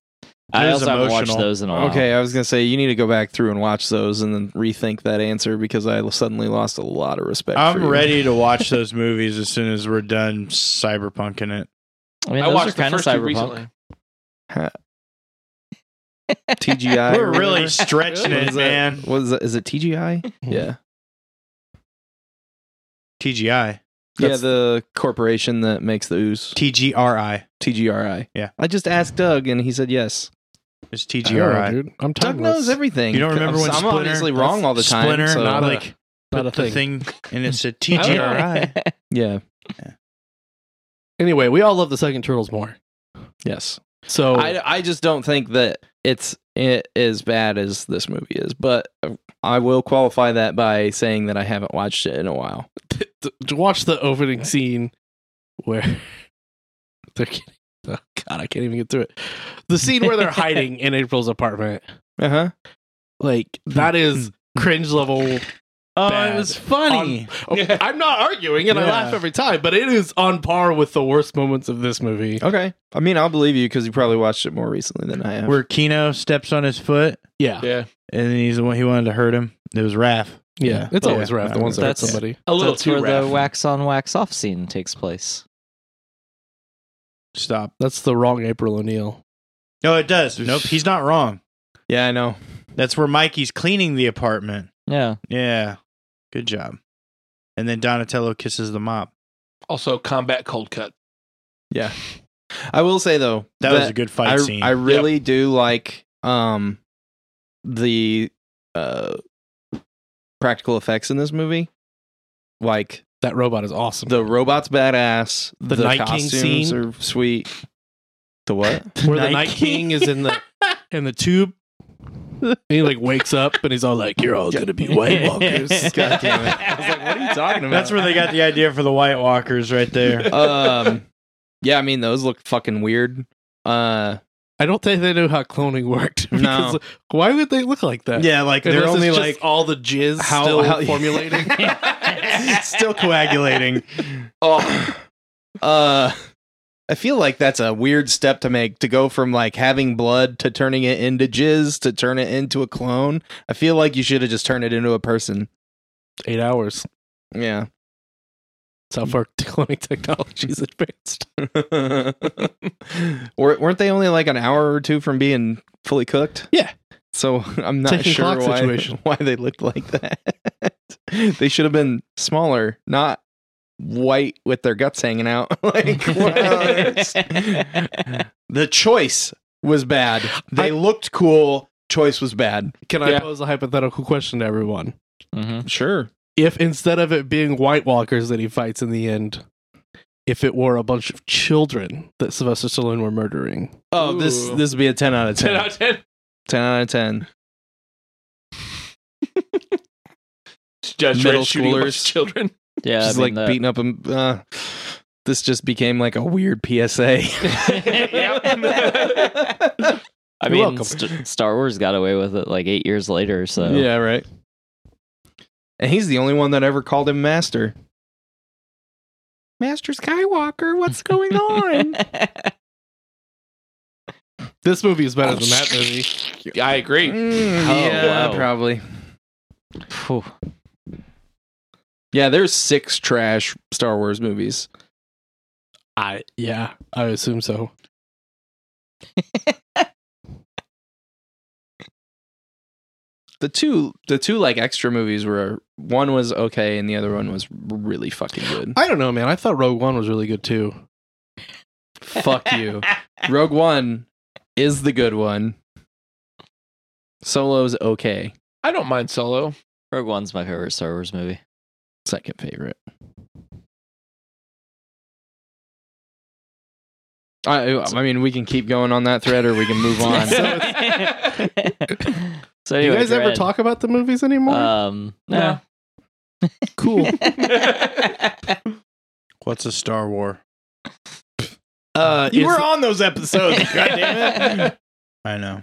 [SPEAKER 1] I
[SPEAKER 4] It is
[SPEAKER 1] also haven't watched
[SPEAKER 4] emotional.
[SPEAKER 1] those in a while.
[SPEAKER 2] Okay, I was gonna say you need to go back through and watch those and then rethink that answer because I suddenly lost a lot of respect. for
[SPEAKER 4] I'm
[SPEAKER 2] you.
[SPEAKER 4] ready to watch those movies as soon as we're done cyberpunking it.
[SPEAKER 1] I mean, those
[SPEAKER 3] I
[SPEAKER 1] are
[SPEAKER 3] watched the
[SPEAKER 1] kind of
[SPEAKER 3] first two
[SPEAKER 1] cyberpunk.
[SPEAKER 3] recently.
[SPEAKER 2] [LAUGHS] TGI.
[SPEAKER 4] We're really
[SPEAKER 2] What
[SPEAKER 4] stretching
[SPEAKER 2] is that?
[SPEAKER 4] it, man.
[SPEAKER 2] What is that? Is it TGI? Yeah.
[SPEAKER 4] TGI.
[SPEAKER 2] yeah, the corporation that makes the ooze.
[SPEAKER 4] TGRI.
[SPEAKER 2] TGRI.
[SPEAKER 4] Yeah.
[SPEAKER 2] I just asked Doug and he said yes.
[SPEAKER 4] It's
[SPEAKER 5] I don't know,
[SPEAKER 4] TGRI.
[SPEAKER 5] dude. I'm
[SPEAKER 2] Doug
[SPEAKER 5] timeless.
[SPEAKER 2] knows everything.
[SPEAKER 4] You don't remember
[SPEAKER 2] I'm,
[SPEAKER 4] when
[SPEAKER 2] I'm
[SPEAKER 4] Splinter?
[SPEAKER 2] obviously wrong all the time.
[SPEAKER 4] Splinter,
[SPEAKER 2] so-
[SPEAKER 4] not like
[SPEAKER 5] Not a
[SPEAKER 4] put the
[SPEAKER 5] thing.
[SPEAKER 4] thing, and it's a
[SPEAKER 3] don't know.
[SPEAKER 4] TGRI.
[SPEAKER 2] yeah.
[SPEAKER 5] Anyway, we all love the second Turtles more.
[SPEAKER 2] Yes.
[SPEAKER 4] Oh.
[SPEAKER 5] So [LAUGHS]
[SPEAKER 2] I, I just don't think that it's it as bad as this movie is, but I will qualify that by saying that I haven't watched it in a while.
[SPEAKER 5] to, to watch the opening scene where [LAUGHS] they're getting, oh God, I can't even get through it. The scene where they're hiding in April's apartment,
[SPEAKER 2] Uh
[SPEAKER 4] Uh-huh.
[SPEAKER 2] huh.
[SPEAKER 5] like that is cringe level.
[SPEAKER 4] Oh,
[SPEAKER 5] Bad.
[SPEAKER 4] it was funny.
[SPEAKER 5] Oh,
[SPEAKER 3] Yeah.
[SPEAKER 5] I'm not arguing, and I
[SPEAKER 4] Yeah.
[SPEAKER 5] laugh every time, but it is on par with the worst moments of this movie.
[SPEAKER 2] Okay. I mean, I'll believe you because you probably watched it more recently than I have.
[SPEAKER 4] Where Kino steps on his foot,
[SPEAKER 5] Yeah, yeah,
[SPEAKER 3] Yeah.
[SPEAKER 4] and then he's the one he wanted to hurt him. It was Raph. Yeah.
[SPEAKER 5] it's
[SPEAKER 4] Yeah.
[SPEAKER 5] always Raph, the ones that hurt
[SPEAKER 1] That's-
[SPEAKER 5] somebody.
[SPEAKER 3] A little
[SPEAKER 1] That's where
[SPEAKER 3] too
[SPEAKER 1] the
[SPEAKER 3] rough.
[SPEAKER 1] wax on, wax off scene takes place.
[SPEAKER 4] Stop.
[SPEAKER 5] [LAUGHS] That's the wrong April O'Neil.
[SPEAKER 4] No, it does. Nope, he's not wrong.
[SPEAKER 2] yeah, I know.
[SPEAKER 4] That's where Mikey's cleaning the apartment.
[SPEAKER 1] Yeah.
[SPEAKER 4] Yeah, good job. And then Donatello kisses the mop.
[SPEAKER 3] also, combat
[SPEAKER 1] [LAUGHS]
[SPEAKER 3] cold cut.
[SPEAKER 2] Yeah. I will say though
[SPEAKER 4] That, was a good fight
[SPEAKER 2] I,
[SPEAKER 4] scene.
[SPEAKER 2] I really do like um the uh practical effects in this movie. Like
[SPEAKER 5] That robot is awesome.
[SPEAKER 2] the robot's badass,
[SPEAKER 5] The Night King
[SPEAKER 2] costumes
[SPEAKER 5] scene?
[SPEAKER 2] are sweet. The what?
[SPEAKER 5] [LAUGHS] where the
[SPEAKER 4] Night
[SPEAKER 5] Night King is in [LAUGHS] the in the tube. And he like wakes up and he's all like, "You're all gonna be White Walkers."
[SPEAKER 2] God damn it. I was like, what are you talking about?
[SPEAKER 4] That's where they got the idea for the White Walkers right there.
[SPEAKER 2] um yeah i mean those look fucking weird uh
[SPEAKER 5] [LAUGHS] I don't think they knew how cloning worked. because
[SPEAKER 2] No.
[SPEAKER 5] Why would they look like that?
[SPEAKER 4] yeah, like
[SPEAKER 5] Unless
[SPEAKER 4] they're
[SPEAKER 5] it's
[SPEAKER 4] only
[SPEAKER 5] just
[SPEAKER 4] like
[SPEAKER 5] all the jizz
[SPEAKER 2] How-
[SPEAKER 5] still
[SPEAKER 2] how- [LAUGHS]
[SPEAKER 5] formulating.
[SPEAKER 4] still
[SPEAKER 3] [LAUGHS]
[SPEAKER 4] coagulating.
[SPEAKER 2] oh [COUGHS] uh i feel like that's a weird step to make to go from like having blood to turning it into jizz to turn it into a clone i feel like you should have just turned it into a person
[SPEAKER 5] Eight hours.
[SPEAKER 2] yeah
[SPEAKER 5] That's how far [LAUGHS] cloning technology is advanced.
[SPEAKER 2] [LAUGHS] Wer- weren't they only like an hour or two from being fully cooked
[SPEAKER 5] Yeah.
[SPEAKER 2] so [LAUGHS] i'm not
[SPEAKER 5] Ticking
[SPEAKER 2] sure
[SPEAKER 5] clock
[SPEAKER 2] why,
[SPEAKER 5] situation.
[SPEAKER 2] [LAUGHS] why they looked like that [LAUGHS] they should have been smaller not white with their guts hanging out [LAUGHS] like [LAUGHS] what? the choice was bad they
[SPEAKER 5] I-
[SPEAKER 2] looked cool choice was bad
[SPEAKER 5] Can I
[SPEAKER 3] Yeah.
[SPEAKER 5] pose a hypothetical question to everyone?
[SPEAKER 1] hmm
[SPEAKER 2] sure
[SPEAKER 5] If instead of it being White Walkers that he fights in the end, if it were a bunch of children that Sylvester Stallone were murdering,
[SPEAKER 2] oh this
[SPEAKER 3] Ooh.
[SPEAKER 2] this would be a 10 out of 10
[SPEAKER 3] 10 out of 10.
[SPEAKER 2] 10 out of 10
[SPEAKER 3] Judge
[SPEAKER 2] Middle
[SPEAKER 3] Red shooting a bunch of
[SPEAKER 2] schoolers.
[SPEAKER 1] [LAUGHS]
[SPEAKER 3] children.
[SPEAKER 1] [LAUGHS] Yeah. I
[SPEAKER 2] just
[SPEAKER 1] mean,
[SPEAKER 2] like
[SPEAKER 1] the-
[SPEAKER 2] beating up him uh, this just became like a weird psa
[SPEAKER 3] Yep.
[SPEAKER 1] I
[SPEAKER 5] You're
[SPEAKER 1] mean,
[SPEAKER 5] welcome.
[SPEAKER 1] St- Star Wars got away with it like eight years later. So
[SPEAKER 2] Yeah, right. And he's the only one that ever called him master. Master Skywalker, what's going [LAUGHS] on?
[SPEAKER 5] this movie is
[SPEAKER 2] Oh,
[SPEAKER 5] better than that movie.
[SPEAKER 3] I agree.
[SPEAKER 2] Mm,
[SPEAKER 1] Oh,
[SPEAKER 2] yeah,
[SPEAKER 1] wow.
[SPEAKER 2] probably.
[SPEAKER 1] Phew.
[SPEAKER 2] Yeah, there's six trash Star Wars movies.
[SPEAKER 5] I yeah, I assume so.
[SPEAKER 2] The two, the two like extra movies were one was okay and the other one was really fucking good.
[SPEAKER 5] I don't know, man. I thought Rogue One was really good too.
[SPEAKER 2] [LAUGHS] Fuck you. Rogue One is the good one. Solo's okay.
[SPEAKER 3] I don't
[SPEAKER 1] [LAUGHS]
[SPEAKER 3] mind Solo. [LAUGHS]
[SPEAKER 1] Rogue One's my favorite Star Wars movie.
[SPEAKER 2] Second favorite. I, I mean, we can keep going on that thread, or we can move [LAUGHS]
[SPEAKER 5] [LAUGHS]
[SPEAKER 2] on.
[SPEAKER 1] so, [LAUGHS] so
[SPEAKER 5] Do you
[SPEAKER 1] anyway,
[SPEAKER 5] guys ever
[SPEAKER 1] Dread,
[SPEAKER 5] talk about the movies anymore?
[SPEAKER 1] Um, no.
[SPEAKER 5] [LAUGHS]
[SPEAKER 1] [LAUGHS]
[SPEAKER 5] cool.
[SPEAKER 4] What's a Star War?
[SPEAKER 5] Uh,
[SPEAKER 2] you
[SPEAKER 5] is-
[SPEAKER 2] were on those
[SPEAKER 4] [LAUGHS]
[SPEAKER 2] episodes.
[SPEAKER 4] I know.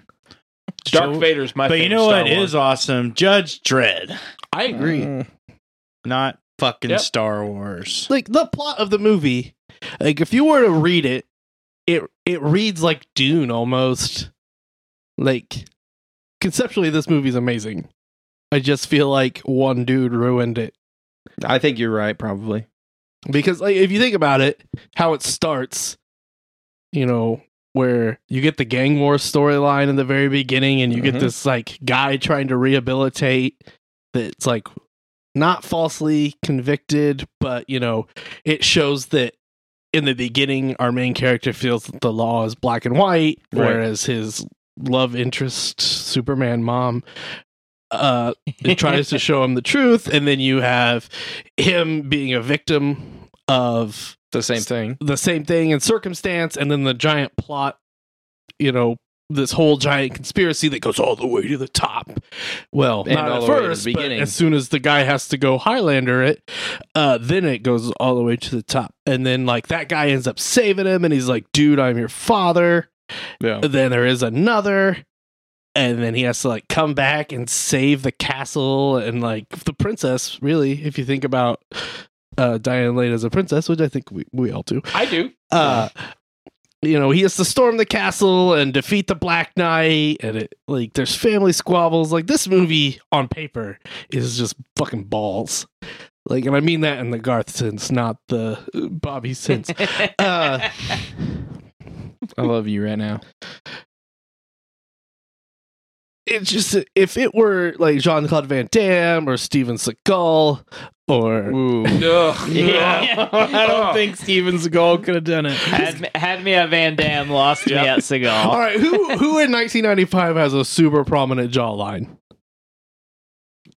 [SPEAKER 3] Darth
[SPEAKER 4] So-
[SPEAKER 3] Vader's my
[SPEAKER 4] But
[SPEAKER 3] favorite.
[SPEAKER 4] you know
[SPEAKER 3] Star
[SPEAKER 4] what is Mm. awesome? Judge Dredd.
[SPEAKER 3] I agree.
[SPEAKER 2] Mm.
[SPEAKER 4] Not fucking
[SPEAKER 3] Yep.
[SPEAKER 4] Star Wars.
[SPEAKER 5] like the plot of the movie. Like if you were to read it, it it reads like Dune almost. Like conceptually, this movie's amazing. I just feel like one dude ruined it.
[SPEAKER 2] I think you're right, probably.
[SPEAKER 5] because like if you think about it how it starts you know where you get the gang war storyline in the very beginning and you
[SPEAKER 2] Mhm.
[SPEAKER 5] get this like guy trying to rehabilitate that's like not falsely convicted but you know it shows that in the beginning our main character feels that the law is black and white
[SPEAKER 2] Right.
[SPEAKER 5] whereas his love interest superman mom uh it tries to show him the truth and then you have him being a victim of
[SPEAKER 2] The same thing.
[SPEAKER 5] the same thing and circumstance and then the giant plot you know this whole giant conspiracy that goes all the way to the top well
[SPEAKER 2] And
[SPEAKER 5] not
[SPEAKER 2] all
[SPEAKER 5] at
[SPEAKER 2] the way to the
[SPEAKER 5] first but
[SPEAKER 2] beginning.
[SPEAKER 5] as soon as the guy has to go highlander it uh then it goes all the way to the top and then like that guy ends up saving him and he's like dude i'm your father
[SPEAKER 2] Yeah.
[SPEAKER 5] then there is another and then he has to like come back and save the castle and like the princess really if you think about uh diane lane as a princess which i think we, we all do
[SPEAKER 3] I do.
[SPEAKER 5] uh you know he has to storm the castle and defeat the black knight and it like there's family squabbles like this movie on paper is just fucking balls like and i mean that in the garth sense not the uh, bobby sense
[SPEAKER 4] [LAUGHS]
[SPEAKER 5] uh
[SPEAKER 2] I love you right now.
[SPEAKER 5] it's just if it were like jean-claude van damme or steven seagal
[SPEAKER 2] [LAUGHS]
[SPEAKER 5] or
[SPEAKER 2] Ooh.
[SPEAKER 1] [LAUGHS]
[SPEAKER 4] [LAUGHS]
[SPEAKER 1] Yeah.
[SPEAKER 5] i
[SPEAKER 3] Oh.
[SPEAKER 5] don't think steven seagal could have done it
[SPEAKER 1] had, me- had me at Van Dam, lost me at
[SPEAKER 5] all
[SPEAKER 1] Seagal.
[SPEAKER 5] right who who in 1995 has a super prominent jawline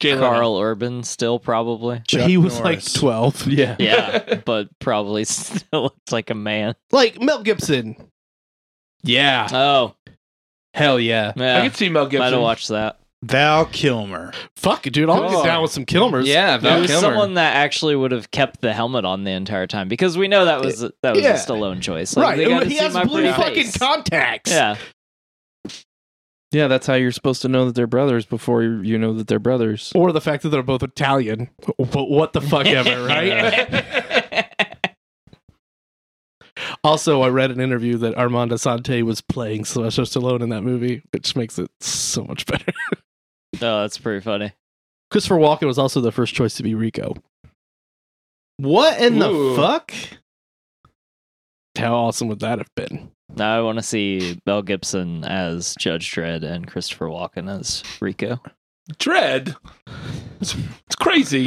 [SPEAKER 3] Jay Leno.
[SPEAKER 1] Carl Urban, still
[SPEAKER 5] [LAUGHS]
[SPEAKER 1] probably.
[SPEAKER 4] Chuck
[SPEAKER 5] he was
[SPEAKER 4] Norris.
[SPEAKER 5] like 12 yeah
[SPEAKER 1] Yeah, but probably [LAUGHS] still looks like a man.
[SPEAKER 5] like Mel Gibson. Yeah,
[SPEAKER 1] Oh,
[SPEAKER 5] hell yeah.
[SPEAKER 3] I
[SPEAKER 1] yeah.
[SPEAKER 3] could see Mel
[SPEAKER 1] Might have
[SPEAKER 3] Gibson.
[SPEAKER 1] watched that.
[SPEAKER 4] Val Kilmer.
[SPEAKER 5] Fuck, dude, I'll
[SPEAKER 3] Oh.
[SPEAKER 5] get down with some Kilmers.
[SPEAKER 2] Yeah,
[SPEAKER 1] There
[SPEAKER 2] Val
[SPEAKER 1] was
[SPEAKER 2] Kilmer.
[SPEAKER 1] someone that actually would have kept the helmet on the entire time because we know that was that was a
[SPEAKER 5] Yeah.
[SPEAKER 1] Stallone choice. Like,
[SPEAKER 5] right.
[SPEAKER 1] they got to
[SPEAKER 5] he
[SPEAKER 1] see
[SPEAKER 5] has
[SPEAKER 1] my
[SPEAKER 5] blue
[SPEAKER 1] pretty
[SPEAKER 5] fucking
[SPEAKER 1] face.
[SPEAKER 5] contacts.
[SPEAKER 1] Yeah,
[SPEAKER 2] Yeah, that's how you're supposed to know that they're brothers before you you know that they're brothers.
[SPEAKER 5] Or the fact that they're both Italian. But what the fuck ever,
[SPEAKER 4] [LAUGHS]
[SPEAKER 5] right? [LAUGHS]
[SPEAKER 1] [LAUGHS]
[SPEAKER 5] also, I read an interview that Armando Sante was playing Sylvester Stallone in that movie, which makes it so much better. [LAUGHS]
[SPEAKER 1] no, that's pretty funny.
[SPEAKER 5] Christopher Walken was also the first choice to be Rico.
[SPEAKER 4] What in
[SPEAKER 3] Ooh.
[SPEAKER 4] the fuck?
[SPEAKER 5] How awesome would that have been?
[SPEAKER 1] Now I want to see Mel Gibson as Judge Dredd and Christopher Walken as Rico.
[SPEAKER 3] Dread. It's, it's crazy.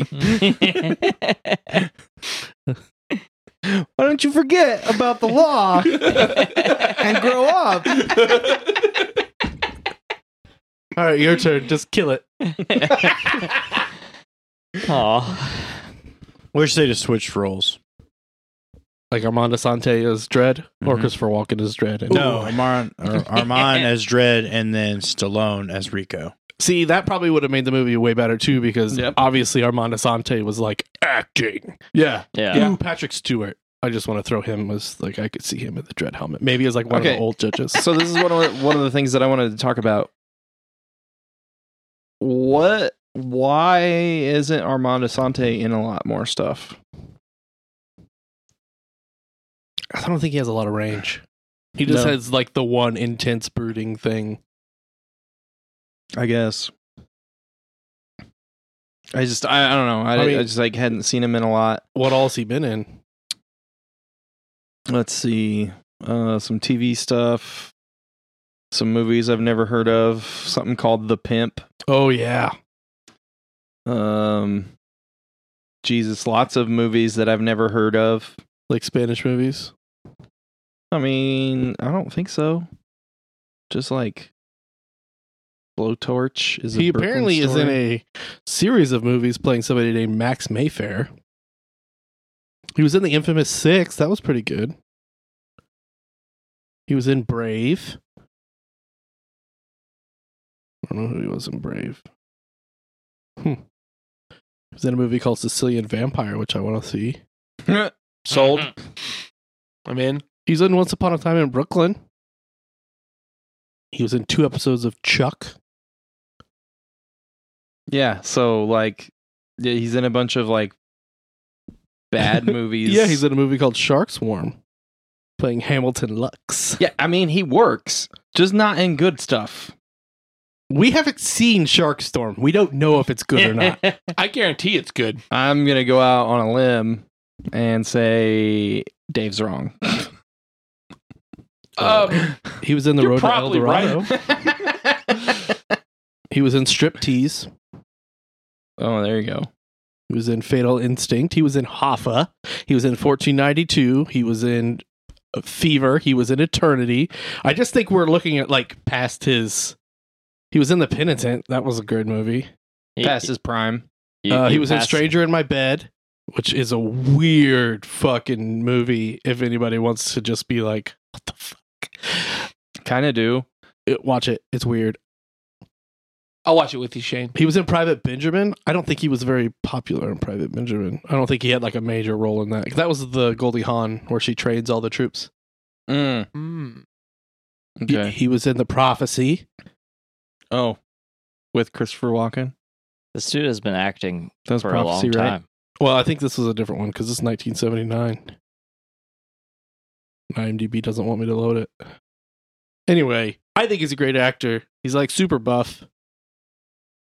[SPEAKER 4] Why don't you forget about the law and grow up?
[SPEAKER 5] [LAUGHS] All right, your turn. Just kill it.
[SPEAKER 1] Aw.
[SPEAKER 4] Wish they just switched roles.
[SPEAKER 5] Like Armando Sante is Dread, or
[SPEAKER 4] Mhm.
[SPEAKER 5] Christopher Walken is Dread. and-
[SPEAKER 4] No, [LAUGHS] Armand, or Armand as Dread and then Stallone as Rico.
[SPEAKER 5] See, that probably would have made the movie way better too, because
[SPEAKER 2] Yep.
[SPEAKER 5] obviously Armando Sante was like acting. Yeah.
[SPEAKER 1] Yeah.
[SPEAKER 5] Ooh, Patrick Stewart. I just want to throw him as like I could see him in the dread helmet. Maybe as like one of
[SPEAKER 2] Okay.
[SPEAKER 5] the old judges.
[SPEAKER 2] so this is one of one of the things that I wanted to talk about. What? Why isn't Armand Asante in a lot more stuff?
[SPEAKER 5] I don't think he has a lot of range. He just
[SPEAKER 2] No.
[SPEAKER 5] has like the one intense brooding thing.
[SPEAKER 2] I guess. I just I, I don't know. I,
[SPEAKER 5] I mean-
[SPEAKER 2] I just like hadn't seen him in a lot.
[SPEAKER 5] What all's he been in?
[SPEAKER 2] Let's see. Uh some TV stuff. Some movies I've never heard of. Something called The Pimp.
[SPEAKER 5] Oh yeah.
[SPEAKER 2] Um Jesus, lots of movies that I've never heard of.
[SPEAKER 5] Like Spanish movies.
[SPEAKER 2] I mean, I don't think so. Just like Blowtorch is a
[SPEAKER 5] he
[SPEAKER 2] Brooklyn
[SPEAKER 5] apparently is in
[SPEAKER 2] story.
[SPEAKER 5] a series of movies playing somebody named Max Mayfair. He was in the infamous Six. That was pretty good. He was in Brave. I don't know who he was in Brave. Hmm. He was in a movie called Sicilian Vampire, which I want to see.
[SPEAKER 3] [LAUGHS] Sold. Mm-hmm. I'm in.
[SPEAKER 5] He's in Once Upon a Time in Brooklyn. He was in two episodes of Chuck.
[SPEAKER 2] Yeah, so like yeah, he's in a bunch of like [LAUGHS] bad movies.
[SPEAKER 5] yeah, he's in a movie called Shark Swarm, playing Hamilton Lux.
[SPEAKER 2] Yeah, I mean he works, just not in good stuff.
[SPEAKER 5] We haven't seen Sharkstorm. We don't know if it's good or [LAUGHS] not.
[SPEAKER 3] I guarantee it's good.
[SPEAKER 2] I'm gonna go out on a limb and say Dave's wrong.
[SPEAKER 3] [LAUGHS] Um,
[SPEAKER 5] He was in the
[SPEAKER 3] You're
[SPEAKER 5] Road to El
[SPEAKER 3] probably right.
[SPEAKER 5] Dorado. He was in Striptease.
[SPEAKER 2] oh, there you go.
[SPEAKER 5] He was in Fatal Instinct. He was in Hoffa. He was in 1492. He was in uh, Fever. He was in Eternity. I just think we're looking at like past his. He was in The Penitent. That was a good movie.
[SPEAKER 1] He-
[SPEAKER 2] Past his prime.
[SPEAKER 1] you-
[SPEAKER 5] uh, he
[SPEAKER 1] you
[SPEAKER 5] was in
[SPEAKER 1] passed-
[SPEAKER 5] Stranger in My Bed. which is a weird fucking movie. If anybody wants to just be like, what the fuck?
[SPEAKER 2] Kind of do.
[SPEAKER 5] It- watch it. It's weird.
[SPEAKER 3] [LAUGHS] I'll watch it with you, Shane.
[SPEAKER 5] He was in Private Benjamin. I don't think he was very popular in Private Benjamin. I don't think he had like a major role in that. That was the Goldie Hawn where she trains all the troops.
[SPEAKER 2] Mm,
[SPEAKER 5] He-
[SPEAKER 2] okay.
[SPEAKER 5] He, was in The Prophecy.
[SPEAKER 2] Oh, with Christopher Walken.
[SPEAKER 1] This dude has been acting
[SPEAKER 2] That was
[SPEAKER 1] for a long
[SPEAKER 2] prophecy, right?
[SPEAKER 1] time.
[SPEAKER 5] Well, I think this was a different one because it's 1979. IMDb doesn't want me to load it. Anyway, I think he's a great actor. He's like super buff.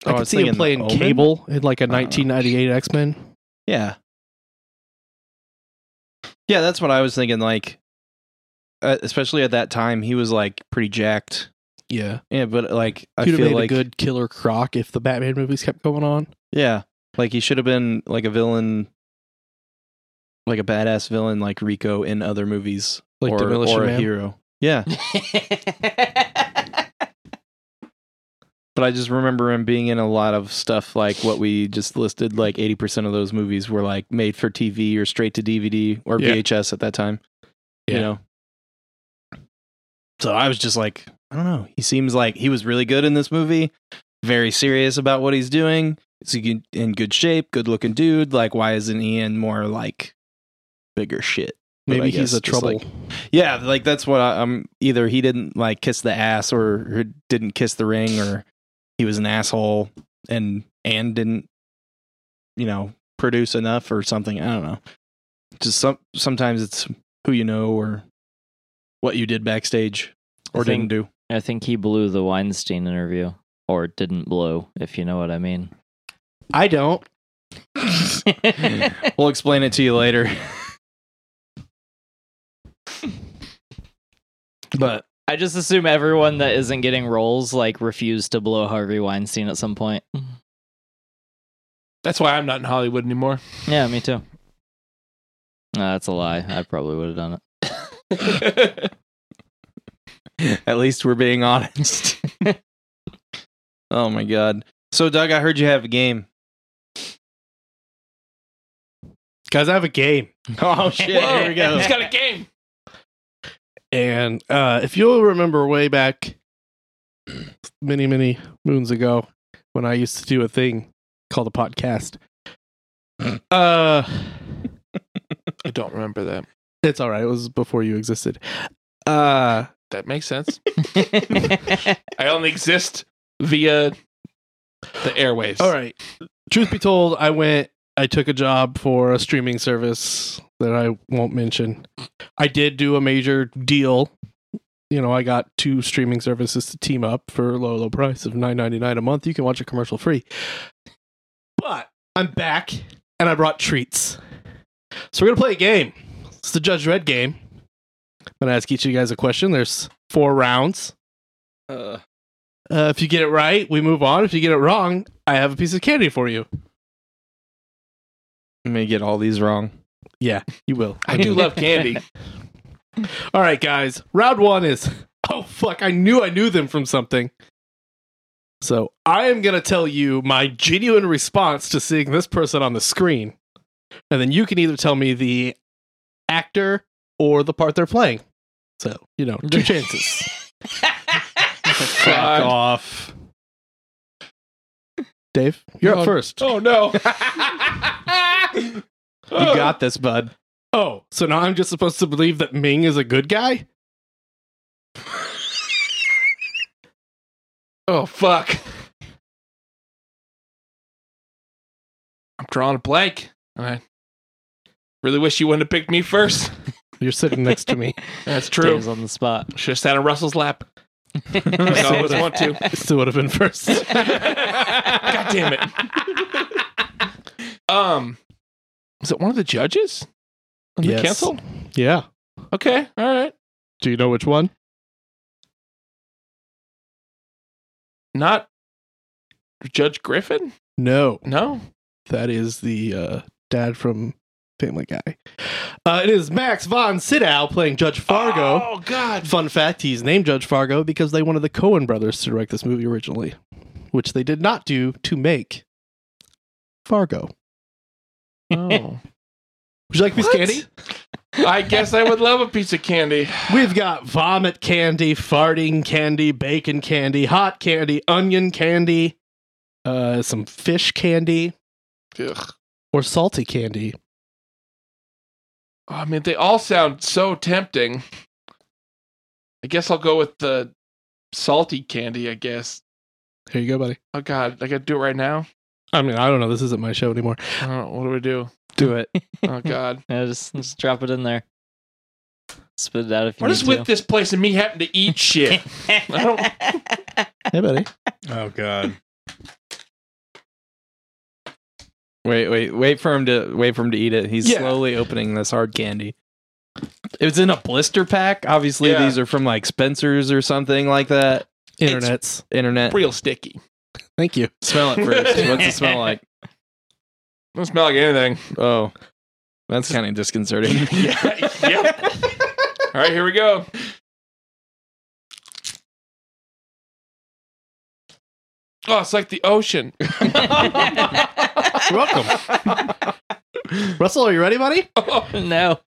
[SPEAKER 2] Oh, I
[SPEAKER 5] I could
[SPEAKER 2] was
[SPEAKER 5] see him
[SPEAKER 2] thinking The
[SPEAKER 5] playing
[SPEAKER 2] Omen?
[SPEAKER 5] Cable in like a
[SPEAKER 2] Uh.
[SPEAKER 5] 1998 X Men.
[SPEAKER 2] Yeah. Yeah, that's what I was thinking. Like, uh, especially at that time, he was like pretty jacked.
[SPEAKER 5] Yeah,
[SPEAKER 2] Yeah, but like, I
[SPEAKER 5] he'd have
[SPEAKER 2] feel
[SPEAKER 5] made
[SPEAKER 2] like,
[SPEAKER 5] a good Killer Croc if the Batman movies kept going on.
[SPEAKER 2] yeah, like he should have been like a villain, like a badass villain, like Rico in other movies,
[SPEAKER 5] Like
[SPEAKER 2] or,
[SPEAKER 5] Demolition
[SPEAKER 2] or a
[SPEAKER 5] Man.
[SPEAKER 2] hero. Yeah, but I just remember him being in a lot of stuff like what we just listed. Like eighty percent of those movies were like made for TV or straight to DVD or
[SPEAKER 5] Yeah.
[SPEAKER 2] VHS at that time. You
[SPEAKER 5] Yeah.
[SPEAKER 2] know. So I was just like, I don't know. He seems like he was really good in this movie. Very serious about what he's doing. Is he good- in good shape? Good looking dude. Like, why isn't he in more like bigger shit? But I
[SPEAKER 5] Maybe he's
[SPEAKER 2] guess
[SPEAKER 5] a
[SPEAKER 2] it's
[SPEAKER 5] trouble.
[SPEAKER 2] like- yeah, like that's what I, I'm. Either he didn't like kiss the ass, or, or didn't kiss the ring, or he was an asshole and and didn't, you know, produce enough or something. I don't know. Just some sometimes it's who you know or what you did backstage
[SPEAKER 1] I
[SPEAKER 2] or
[SPEAKER 1] think-
[SPEAKER 2] didn't do.
[SPEAKER 1] I think he blew the Weinstein interview, or didn't blow, if you know what I mean.
[SPEAKER 5] I don't.
[SPEAKER 2] we'll explain it to you later. [LAUGHS] but
[SPEAKER 1] I just assume everyone that isn't getting roles like refused to blow Harvey Weinstein at some point.
[SPEAKER 3] That's why I'm not in Hollywood [LAUGHS] anymore.
[SPEAKER 1] Yeah, me too. No, that's a lie. I probably would have done it.
[SPEAKER 2] At least we're being honest. oh my god. So Doug, I heard you have a game.
[SPEAKER 5] Guys, I have a game.
[SPEAKER 2] Oh shit.
[SPEAKER 3] Whoa,
[SPEAKER 2] Here we go.
[SPEAKER 3] He's got a game.
[SPEAKER 5] And uh, if you'll remember way back many, many moons ago when I used to do a thing called a [CLEARS THROAT] podcast. Uh
[SPEAKER 3] I don't remember that.
[SPEAKER 5] it's all right. It was before you existed. Uh
[SPEAKER 3] That makes sense. [LAUGHS] I only exist via the airwaves.
[SPEAKER 5] all right. Truth be told, I went I took a job for a streaming service that I won't mention. I did do a major deal. You know, I got two streaming services to team up for a low, low price of nine ninety nine a month. You can watch it commercial free. But I'm back and I brought treats. So we're gonna play a game. It's the Judge Red game. I'm gonna ask each of you guys a question. There's four rounds. Uh, if you get it right, we move on. If you get it wrong, I have a piece of candy for you.
[SPEAKER 2] Let me get all these wrong.
[SPEAKER 5] You will.
[SPEAKER 3] I do love candy.
[SPEAKER 5] [LAUGHS] All right, guys. Round one is. [LAUGHS] Oh, fuck. I knew I knew them from something. So I am going to tell you my genuine response to seeing this person on the screen. And then you can either tell me the actor or the part they're playing. So, you know,
[SPEAKER 3] [LAUGHS]
[SPEAKER 5] two chances.
[SPEAKER 3] God.
[SPEAKER 2] off.
[SPEAKER 5] Dave, you're
[SPEAKER 3] Oh,
[SPEAKER 5] up first.
[SPEAKER 3] Oh no. you
[SPEAKER 2] You got this, bud.
[SPEAKER 5] Oh, so now I'm just supposed to believe that Ming is a good guy?
[SPEAKER 3] Oh fuck. I'm drawing a blank. I really wish you wouldn't have picked me first.
[SPEAKER 5] You're sitting next
[SPEAKER 3] [LAUGHS]
[SPEAKER 5] to me.
[SPEAKER 3] That's true.
[SPEAKER 1] Dave's on the
[SPEAKER 3] [LAUGHS]
[SPEAKER 1] spot.
[SPEAKER 3] Should have sat on Russell's lap. I
[SPEAKER 5] [LAUGHS]
[SPEAKER 3] always want to.
[SPEAKER 5] Still would have been first.
[SPEAKER 3] God damn it. Um, was it one of the judges? On
[SPEAKER 5] Yes.
[SPEAKER 3] the council?
[SPEAKER 5] yeah.
[SPEAKER 3] Okay, all right.
[SPEAKER 5] Do you know which one?
[SPEAKER 3] Not Judge Griffin?
[SPEAKER 5] No.
[SPEAKER 3] No.
[SPEAKER 5] That is the uh, dad from Family Guy. Uh, it is Max von Sydow playing Judge Fargo.
[SPEAKER 3] Oh God.
[SPEAKER 5] Fun fact: He's named Judge Fargo because they wanted the Cohen brothers to direct this movie originally, which they did not do to make Fargo.
[SPEAKER 3] Oh.
[SPEAKER 5] Would you like a piece of candy?
[SPEAKER 3] [LAUGHS] I guess I would love a piece of candy.
[SPEAKER 5] We've got vomit candy, farting candy, bacon candy, hot candy, onion candy, uh, some fish candy,
[SPEAKER 3] Ugh.
[SPEAKER 5] or salty candy.
[SPEAKER 3] I mean, Oh, they all sound so tempting. I guess I'll go with the salty candy, I guess.
[SPEAKER 5] Here you go, buddy.
[SPEAKER 3] Oh, God. I got to do it right now?
[SPEAKER 5] I mean, I don't know. This isn't my show anymore.
[SPEAKER 3] I don't know. What do we do?
[SPEAKER 5] Do it.
[SPEAKER 3] [LAUGHS] Oh, God.
[SPEAKER 1] [LAUGHS] Yeah, just, just drop it in there. Spit it out if you
[SPEAKER 3] What is
[SPEAKER 1] need
[SPEAKER 3] with this place and me having to eat [LAUGHS] shit?
[SPEAKER 1] to.
[SPEAKER 3] I don't-
[SPEAKER 5] Hey, buddy.
[SPEAKER 4] Oh god.
[SPEAKER 2] Wait, wait, wait for him to wait for him to eat it. He's
[SPEAKER 3] Yeah.
[SPEAKER 2] slowly opening this hard candy. It was in a blister pack. Obviously,
[SPEAKER 3] Yeah.
[SPEAKER 2] these are from like Spencer's or something like that.
[SPEAKER 5] Internets.
[SPEAKER 2] Internet.
[SPEAKER 3] Real sticky.
[SPEAKER 5] Thank you.
[SPEAKER 2] smell it
[SPEAKER 5] [LAUGHS]
[SPEAKER 2] first. What's it smell like?
[SPEAKER 3] Doesn't smell like anything.
[SPEAKER 2] Oh, that's kind of
[SPEAKER 5] [LAUGHS]
[SPEAKER 2] disconcerting.
[SPEAKER 3] [LAUGHS] yeah. Yep. [LAUGHS] All right, here we go. Oh, it's like the [LAUGHS] ocean.
[SPEAKER 5] You're welcome. Russell, are you ready, buddy?
[SPEAKER 1] [LAUGHS] no.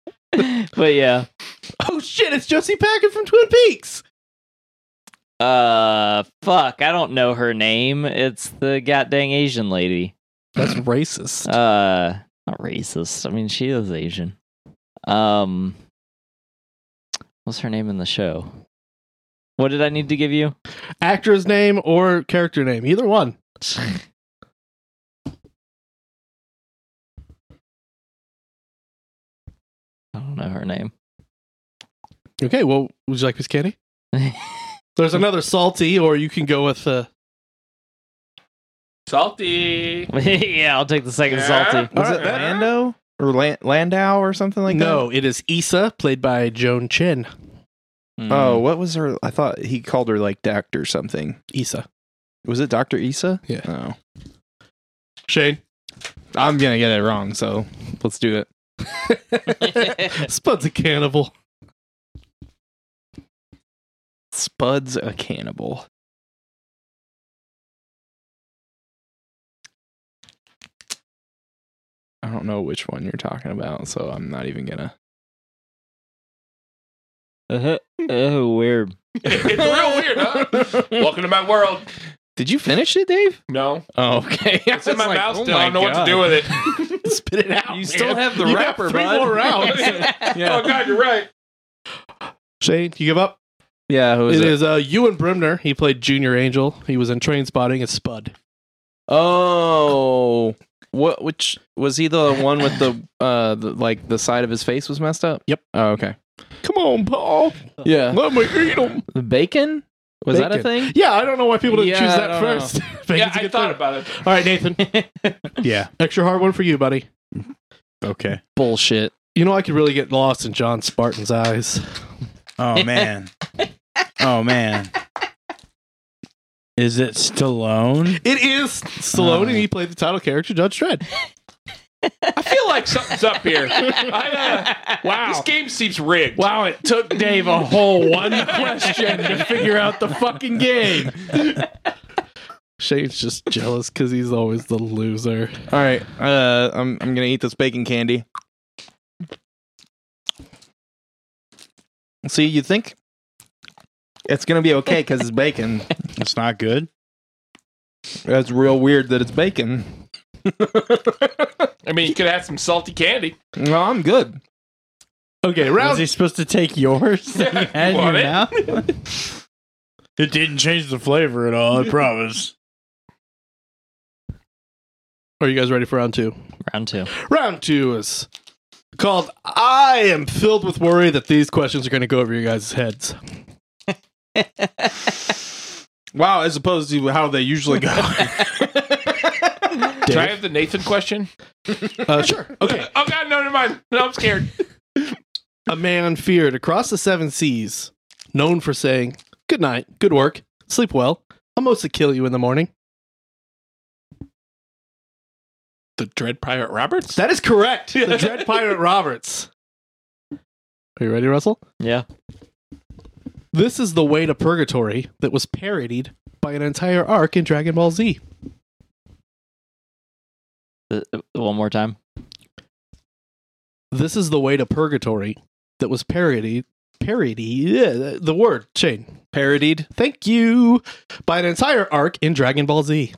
[SPEAKER 1] But yeah.
[SPEAKER 5] [LAUGHS] Oh, shit. It's Josie Packard from Twin Peaks.
[SPEAKER 1] Uh fuck, I don't know her name. It's the goddamn Asian lady.
[SPEAKER 5] That's racist.
[SPEAKER 1] Uh not racist. I mean she is Asian. Um What's her name in the show? What did I need to give you?
[SPEAKER 5] [LAUGHS] Actor's name or character name. Either one.
[SPEAKER 1] I don't know her name. [LAUGHS]
[SPEAKER 5] Okay, well, would you like Miss Candy? There's another salty, or you can go with uh,
[SPEAKER 3] Salty. [LAUGHS]
[SPEAKER 1] yeah, I'll take the second
[SPEAKER 3] Yeah.
[SPEAKER 1] salty.
[SPEAKER 2] Was it Lando or Lan- Landau or something like that?
[SPEAKER 5] no, it is Issa, played by Joan Chin.
[SPEAKER 2] Oh, what was her? I thought he called her like doctor something.
[SPEAKER 5] Issa.
[SPEAKER 2] Was it Doctor Isa?
[SPEAKER 5] Yeah.
[SPEAKER 2] Oh,
[SPEAKER 5] Shane.
[SPEAKER 2] I'm gonna get it wrong. So let's do it.
[SPEAKER 1] Hmm.
[SPEAKER 5] [LAUGHS] Spud's a cannibal.
[SPEAKER 2] Spud's a cannibal. I don't know which one you're talking about, so I'm not even gonna.
[SPEAKER 1] Uh-huh. Oh, weird.
[SPEAKER 3] it's real weird, huh? Welcome to my world.
[SPEAKER 2] [LAUGHS] Did you finish it, Dave?
[SPEAKER 3] No,
[SPEAKER 2] Oh, okay. [LAUGHS]
[SPEAKER 3] it's in my mouth
[SPEAKER 2] "Oh
[SPEAKER 3] still. I don't know what to do with it.
[SPEAKER 5] Spit it out.
[SPEAKER 2] You still have the
[SPEAKER 5] You have
[SPEAKER 2] wrapper,
[SPEAKER 5] three
[SPEAKER 2] bud.
[SPEAKER 3] [LAUGHS]
[SPEAKER 5] more rounds.
[SPEAKER 3] Oh God, you're right.
[SPEAKER 5] Shane, you give up?
[SPEAKER 2] [LAUGHS] Yeah, who
[SPEAKER 5] It
[SPEAKER 2] is
[SPEAKER 5] is
[SPEAKER 2] it?
[SPEAKER 5] uh, Ewan Brimner. He played Junior Angel. He was in Train Spotting as Spud.
[SPEAKER 2] Oh, what? Which was he the one with the uh, the, like the side of his face was messed up?
[SPEAKER 5] Yep.
[SPEAKER 2] Oh, okay.
[SPEAKER 5] Come on, Paul.
[SPEAKER 2] Yeah.
[SPEAKER 5] Let me eat him.
[SPEAKER 2] The bacon was that a thing?
[SPEAKER 5] Yeah, I don't know why people didn't
[SPEAKER 2] Yeah,
[SPEAKER 5] choose
[SPEAKER 2] I
[SPEAKER 5] that
[SPEAKER 2] don't know.
[SPEAKER 5] first. [LAUGHS]
[SPEAKER 3] yeah,
[SPEAKER 5] Bacon's a
[SPEAKER 3] I
[SPEAKER 5] good
[SPEAKER 3] thought
[SPEAKER 5] thing.
[SPEAKER 3] about it.
[SPEAKER 5] All right, [LAUGHS] Nathan.
[SPEAKER 4] Yeah.
[SPEAKER 5] Extra hard one for you, buddy.
[SPEAKER 4] Okay.
[SPEAKER 2] Bullshit.
[SPEAKER 5] You know, I could really get lost in John Spartan's eyes.
[SPEAKER 4] Oh man. oh man. Is it Stallone?
[SPEAKER 5] It is Stallone, and he played the title character, Judge Dredd.
[SPEAKER 3] I feel like something's up here. [LAUGHS] I, uh, wow, this game seems rigged.
[SPEAKER 4] Wow, it took Dave a
[SPEAKER 5] Oh,
[SPEAKER 4] whole one question to figure out the fucking game.
[SPEAKER 5] Shane's just jealous because he's always the loser.
[SPEAKER 2] All right. Uh, I'm I'm gonna eat this bacon candy. See, you think it's gonna be okay because it's bacon.
[SPEAKER 4] It's not good.
[SPEAKER 2] That's real weird that it's bacon.
[SPEAKER 3] [LAUGHS] I mean, you could add some salty [LAUGHS] candy.
[SPEAKER 2] No, I'm good.
[SPEAKER 5] Okay,
[SPEAKER 4] Was
[SPEAKER 5] round
[SPEAKER 4] he supposed to take
[SPEAKER 3] [LAUGHS]
[SPEAKER 4] yours?
[SPEAKER 3] You
[SPEAKER 4] and
[SPEAKER 3] want it?
[SPEAKER 4] it didn't change the flavor at all, I promise.
[SPEAKER 5] Are you guys ready for round two?
[SPEAKER 1] Round two.
[SPEAKER 5] Round two is called I Am Filled with Worry That These Questions Are Going to Go Over Your Guys' Heads.
[SPEAKER 2] Wow, as opposed to how they usually go.
[SPEAKER 3] [LAUGHS] Can I have the Nathan question?
[SPEAKER 5] Uh, sure. Okay.
[SPEAKER 3] Oh God, no, never mind. No, I'm scared. [LAUGHS]
[SPEAKER 5] A man feared across the seven seas, known for saying, Good night, good work, sleep well, I'll mostly kill you in the morning.
[SPEAKER 3] The Dread Pirate Roberts.
[SPEAKER 5] That is correct. The Dread Pirate Roberts. Are you ready, Russell?
[SPEAKER 1] Yeah.
[SPEAKER 5] This is the way to purgatory that was parodied by an entire arc in Dragon Ball Z.
[SPEAKER 1] Uh, uh, One more time.
[SPEAKER 5] This is the way to purgatory that was parodied parody yeah, the word chain parodied thank you by an entire arc in Dragon Ball Z.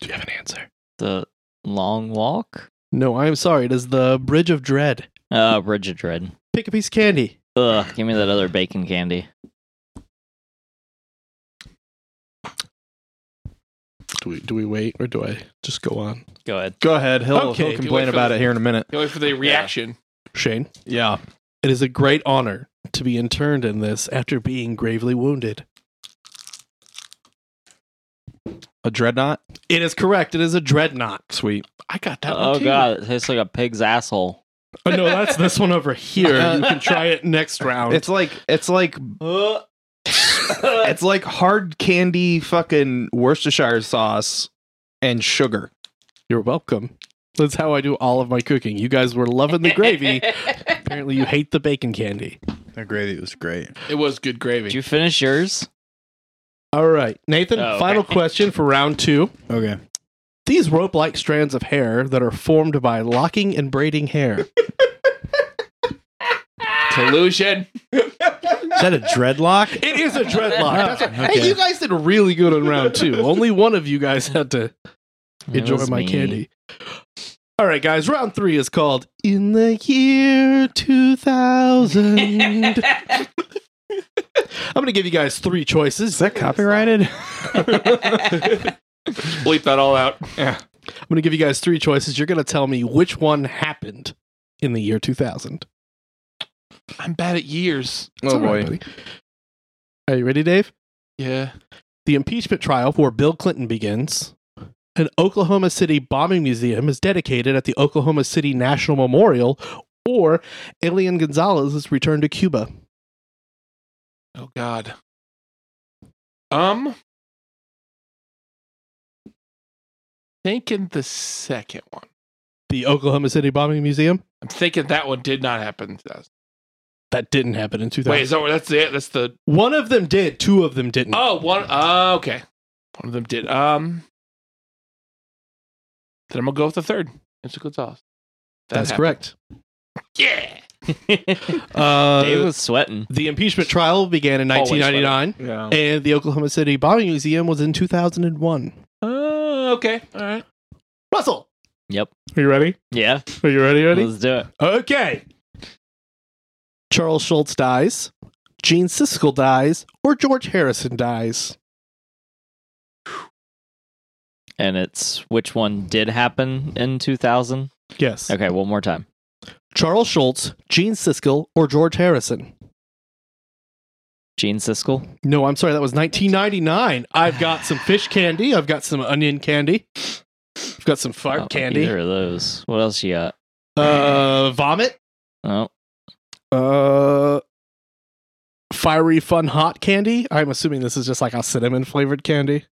[SPEAKER 5] Do you have an answer?
[SPEAKER 1] The long walk?
[SPEAKER 5] No, I'm sorry. It is the Bridge of Dread.
[SPEAKER 1] Uh, Bridge of Dread.
[SPEAKER 5] Pick a piece of candy.
[SPEAKER 1] Ugh, give me that other bacon candy.
[SPEAKER 5] Do we do we wait or do I just go on?
[SPEAKER 1] Go ahead.
[SPEAKER 2] Go ahead. He'll,
[SPEAKER 3] Okay,
[SPEAKER 2] he'll
[SPEAKER 3] do
[SPEAKER 2] complain
[SPEAKER 3] it for
[SPEAKER 2] about
[SPEAKER 3] the-
[SPEAKER 2] it here in a minute.
[SPEAKER 3] Can't wait for the reaction.
[SPEAKER 5] Shane,
[SPEAKER 2] Yeah.
[SPEAKER 5] it is a great honor to be interned in this after being gravely wounded.
[SPEAKER 2] A dreadnought?
[SPEAKER 5] It is correct. It is a dreadnought.
[SPEAKER 2] Sweet.
[SPEAKER 5] I got that one
[SPEAKER 1] Oh
[SPEAKER 5] too.
[SPEAKER 1] god, it tastes like a pig's asshole.
[SPEAKER 5] Oh, no, that's this one over here. You can try it next round.
[SPEAKER 2] It's like it's like it's like hard candy fucking Worcestershire sauce and sugar.
[SPEAKER 5] You're welcome. That's how I do all of my cooking. You guys were loving the gravy. Apparently, you hate the bacon candy.
[SPEAKER 4] [LAUGHS] That gravy was great.
[SPEAKER 3] It was good gravy.
[SPEAKER 1] Did you finish yours?
[SPEAKER 5] All right, Nathan.
[SPEAKER 1] Oh, okay.
[SPEAKER 5] Final question for round two.
[SPEAKER 4] Okay.
[SPEAKER 5] These rope-like strands of hair that are formed by locking and braiding hair.
[SPEAKER 3] Collusion.
[SPEAKER 4] Is
[SPEAKER 5] [LAUGHS]
[SPEAKER 4] that a dreadlock?
[SPEAKER 5] It is a dreadlock. That's [LAUGHS] right. Hey,
[SPEAKER 4] Okay.
[SPEAKER 5] you guys did really good on round two. Only one of you guys had to
[SPEAKER 1] It
[SPEAKER 5] enjoy
[SPEAKER 1] was
[SPEAKER 5] my
[SPEAKER 1] me. [LAUGHS]
[SPEAKER 5] candy. All right, guys. Round three is called "In the Year 2000." [LAUGHS] I'm going to give you guys three choices.
[SPEAKER 2] copyrighted?
[SPEAKER 3] Bleep that all out.
[SPEAKER 5] I'm going to give you guys three choices. You're going to tell me which one happened in the year 2000.
[SPEAKER 3] I'm bad at years.
[SPEAKER 5] It's
[SPEAKER 2] oh
[SPEAKER 5] all right,
[SPEAKER 2] boy.
[SPEAKER 5] buddy. Are you ready, Dave?
[SPEAKER 3] Yeah.
[SPEAKER 5] The impeachment trial for Bill Clinton begins. An Oklahoma City bombing museum is dedicated at the Oklahoma City National Memorial, or Alien Gonzalez is returned to Cuba.
[SPEAKER 3] Oh God. Um. Thinking the second one.
[SPEAKER 5] The Oklahoma City bombing museum?
[SPEAKER 3] I'm thinking that one did not happen.
[SPEAKER 5] That didn't happen in 2000.
[SPEAKER 3] Wait, is that where- that's it? That's the
[SPEAKER 5] One of them did, two of them didn't.
[SPEAKER 3] oh one. Oh, okay. One of them did. Um. Then I'm gonna go with the third. It's a good sauce. That
[SPEAKER 5] That's
[SPEAKER 3] happened.
[SPEAKER 5] correct.
[SPEAKER 3] Yeah.
[SPEAKER 5] Uh,
[SPEAKER 1] Dave was sweating.
[SPEAKER 5] the impeachment trial began in
[SPEAKER 3] Always funny.
[SPEAKER 5] 1999.
[SPEAKER 2] Yeah.
[SPEAKER 5] And the Oklahoma City Bombing Museum was in 2001.
[SPEAKER 3] Oh, okay. All right.
[SPEAKER 5] Russell!
[SPEAKER 1] Yep.
[SPEAKER 5] Are you ready?
[SPEAKER 1] Yeah.
[SPEAKER 5] Are you ready?
[SPEAKER 1] Let's do it.
[SPEAKER 5] Okay. Charles Schultz dies, Gene Siskel dies, or George Harrison dies.
[SPEAKER 1] And it's which one did happen in 2000?
[SPEAKER 5] Yes.
[SPEAKER 1] Okay, one more time.
[SPEAKER 5] Charles Schultz, Gene Siskel, or George Harrison.
[SPEAKER 1] Gene Siskel.
[SPEAKER 5] No, I'm sorry. That was 1999. I've
[SPEAKER 2] [SIGHS]
[SPEAKER 5] got some fish candy. I've got some onion candy. I've got some fart
[SPEAKER 1] Oh,
[SPEAKER 5] candy.
[SPEAKER 1] Either of those. What else you got?
[SPEAKER 5] Uh, vomit.
[SPEAKER 1] Oh,
[SPEAKER 5] Uh, fiery fun hot candy. I'm assuming this is just like a cinnamon flavored candy.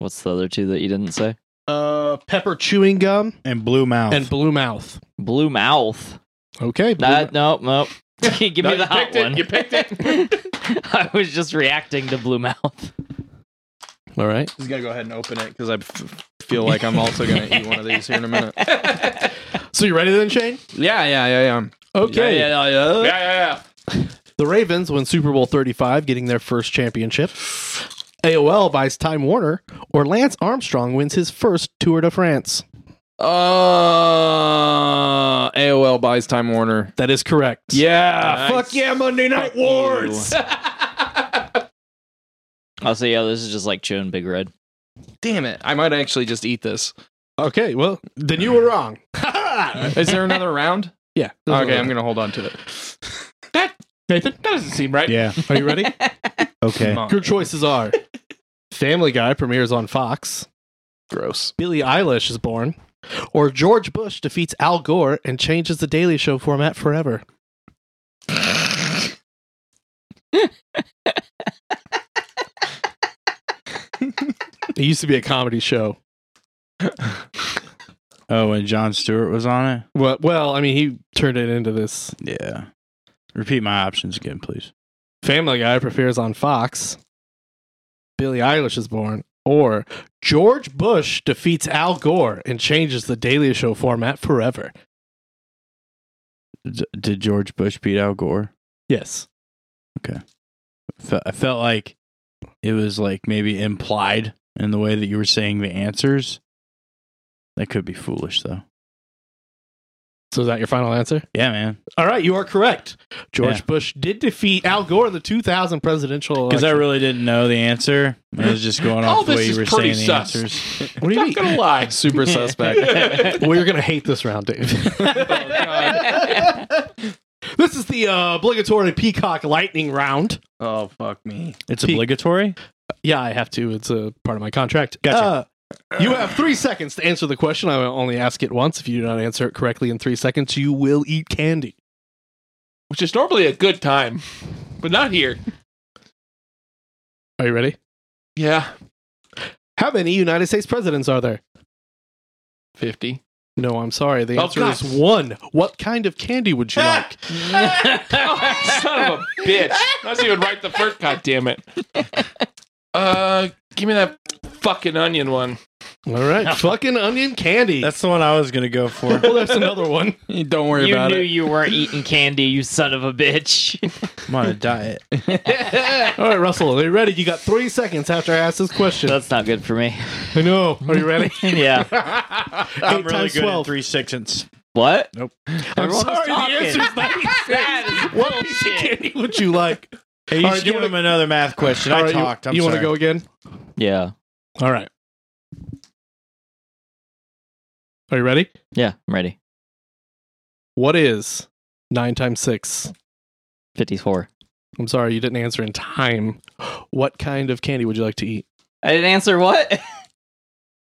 [SPEAKER 1] what's the other two that you didn't say?
[SPEAKER 5] Uh, pepper chewing gum
[SPEAKER 4] And blue
[SPEAKER 2] Oh.
[SPEAKER 4] mouth.
[SPEAKER 5] and blue mouth.
[SPEAKER 1] Blue mouth.
[SPEAKER 5] Okay, blue
[SPEAKER 1] That, no, no. [LAUGHS] Give
[SPEAKER 3] No,
[SPEAKER 1] me the
[SPEAKER 3] you
[SPEAKER 1] hot
[SPEAKER 3] picked it.
[SPEAKER 1] one.
[SPEAKER 3] You
[SPEAKER 1] [LAUGHS]
[SPEAKER 3] picked
[SPEAKER 1] it. I was just reacting to blue mouth.
[SPEAKER 5] Mou- all right.
[SPEAKER 2] He's gonna go ahead and open it because I f- feel like I'm also gonna eat one of these here in a minute.
[SPEAKER 5] So you ready then, Shane?
[SPEAKER 2] [LAUGHS] Yeah, yeah, yeah, yeah.
[SPEAKER 5] Okay.
[SPEAKER 2] Yeah, yeah, yeah.
[SPEAKER 3] Yeah, yeah,
[SPEAKER 5] The Ravens win Super Bowl 35, getting their first championship. AOL buys Time Warner, or Lance Armstrong wins his first Tour de France.
[SPEAKER 2] Uh, AOL buys Time Warner.
[SPEAKER 5] That is correct.
[SPEAKER 2] Yeah,
[SPEAKER 3] Nice.
[SPEAKER 2] fuck yeah, Monday Night Wars.
[SPEAKER 3] [LAUGHS]
[SPEAKER 1] I'll say, Oh, yeah, this is just like chewing Big Red.
[SPEAKER 2] Damn it, I might actually just eat this.
[SPEAKER 5] Okay, well, then you were wrong.
[SPEAKER 2] Is there another [LAUGHS] round?
[SPEAKER 5] [LAUGHS] yeah.
[SPEAKER 2] Okay, I'm gonna hold on to it.
[SPEAKER 5] Nathan,
[SPEAKER 3] That doesn't seem right.
[SPEAKER 4] yeah.
[SPEAKER 5] are you [LAUGHS] ready?
[SPEAKER 4] Okay.
[SPEAKER 2] Come on.
[SPEAKER 5] Your choices are Family Guy premieres on Fox,
[SPEAKER 2] Gross.
[SPEAKER 5] Billie Eilish is born, or George Bush defeats Al Gore and changes the Daily Show format [LAUGHS] forever. it used to be a comedy show.
[SPEAKER 4] Oh, and John Stewart was on
[SPEAKER 5] Well, well, I mean, he turned it into this.
[SPEAKER 4] it? Yeah. Repeat my options again, please.
[SPEAKER 5] Family Guy premieres on Fox. Billie Eilish is born, Or George Bush defeats Al Gore and changes the Daily Show format forever.
[SPEAKER 4] D- did George Bush beat Al Gore?
[SPEAKER 5] Yes.
[SPEAKER 4] Fe- I felt like it was like maybe implied in the way that you were saying the answers. That could be foolish though.
[SPEAKER 5] So is that your final answer?
[SPEAKER 4] Yeah, man.
[SPEAKER 5] All right, you are correct. George
[SPEAKER 4] Yeah.
[SPEAKER 5] Bush did defeat Al Gore in the 2000 presidential
[SPEAKER 4] Because I
[SPEAKER 5] election.
[SPEAKER 4] really didn't know the answer. I was just
[SPEAKER 3] [LAUGHS]
[SPEAKER 4] going
[SPEAKER 3] All
[SPEAKER 4] off the
[SPEAKER 3] this
[SPEAKER 4] way you
[SPEAKER 3] is
[SPEAKER 4] were
[SPEAKER 3] pretty
[SPEAKER 4] saying the
[SPEAKER 3] sus. [LAUGHS]
[SPEAKER 4] answers.
[SPEAKER 5] What do you
[SPEAKER 3] Not
[SPEAKER 5] mean?
[SPEAKER 3] gonna lie.
[SPEAKER 5] [LAUGHS]
[SPEAKER 2] Super suspect.
[SPEAKER 5] well, you're going to hate this round,
[SPEAKER 1] [LAUGHS]
[SPEAKER 5] Dave. [LAUGHS] this is the uh, obligatory Peacock Lightning round.
[SPEAKER 2] oh fuck me.
[SPEAKER 4] [LAUGHS] It's
[SPEAKER 5] Peak.
[SPEAKER 4] obligatory.
[SPEAKER 5] Yeah, I have to. It's a part of my contract.
[SPEAKER 4] Gotcha.
[SPEAKER 5] Uh, you have three seconds to answer the question. I will only ask it once. If you do not answer it correctly in three seconds, you will eat candy.
[SPEAKER 3] [LAUGHS] Which is normally a good time, but not here.
[SPEAKER 5] Are you ready?
[SPEAKER 3] Yeah.
[SPEAKER 5] How many United States presidents are there?
[SPEAKER 3] 50.
[SPEAKER 5] No, I'm sorry. The
[SPEAKER 3] Oh,
[SPEAKER 5] answer
[SPEAKER 3] God.
[SPEAKER 5] is one. What kind of candy would you
[SPEAKER 4] Ah!
[SPEAKER 5] like?
[SPEAKER 3] Oh, son of a bitch. I was even right the first. God damn it. Uh, give me that fucking onion
[SPEAKER 5] [LAUGHS]
[SPEAKER 3] one.
[SPEAKER 4] [LAUGHS]
[SPEAKER 5] All right, fucking onion candy. [LAUGHS]
[SPEAKER 4] That's the one I was gonna go for.
[SPEAKER 5] well, there's another
[SPEAKER 4] [LAUGHS]
[SPEAKER 5] one.
[SPEAKER 2] Don't worry
[SPEAKER 1] you
[SPEAKER 2] about
[SPEAKER 1] knew
[SPEAKER 2] it.
[SPEAKER 1] you weren't eating candy, you son of a bitch.
[SPEAKER 4] I'm on a diet.
[SPEAKER 5] All right, Russell, are you ready? You got three seconds after I ask this question.
[SPEAKER 1] That's not good for me. [LAUGHS]
[SPEAKER 5] I know. Are
[SPEAKER 4] [LAUGHS]
[SPEAKER 5] you ready? [LAUGHS]
[SPEAKER 1] yeah.
[SPEAKER 4] I'm
[SPEAKER 5] Eight
[SPEAKER 4] really
[SPEAKER 5] times
[SPEAKER 4] good at
[SPEAKER 5] 12.
[SPEAKER 4] three sixths.
[SPEAKER 1] What?
[SPEAKER 5] I'm
[SPEAKER 1] Everyone was
[SPEAKER 5] sorry, the
[SPEAKER 1] talking.
[SPEAKER 5] answer's not
[SPEAKER 3] [LAUGHS]
[SPEAKER 1] That is
[SPEAKER 5] What piece of
[SPEAKER 1] bullshit.
[SPEAKER 5] candy would
[SPEAKER 4] [LAUGHS]
[SPEAKER 5] you like?
[SPEAKER 4] Hey, you
[SPEAKER 5] All right,
[SPEAKER 4] just
[SPEAKER 5] you
[SPEAKER 4] give
[SPEAKER 5] wanna-
[SPEAKER 4] him another math question. I
[SPEAKER 5] All right, you-
[SPEAKER 4] talked. I'm
[SPEAKER 5] you
[SPEAKER 4] sorry.
[SPEAKER 5] to go again?
[SPEAKER 1] Yeah.
[SPEAKER 5] All right. Are you ready?
[SPEAKER 1] Yeah, I'm ready.
[SPEAKER 5] What is nine times six?
[SPEAKER 1] 54.
[SPEAKER 5] I'm sorry, you didn't answer in time. What kind of candy would you like to eat?
[SPEAKER 1] I didn't answer what? [LAUGHS]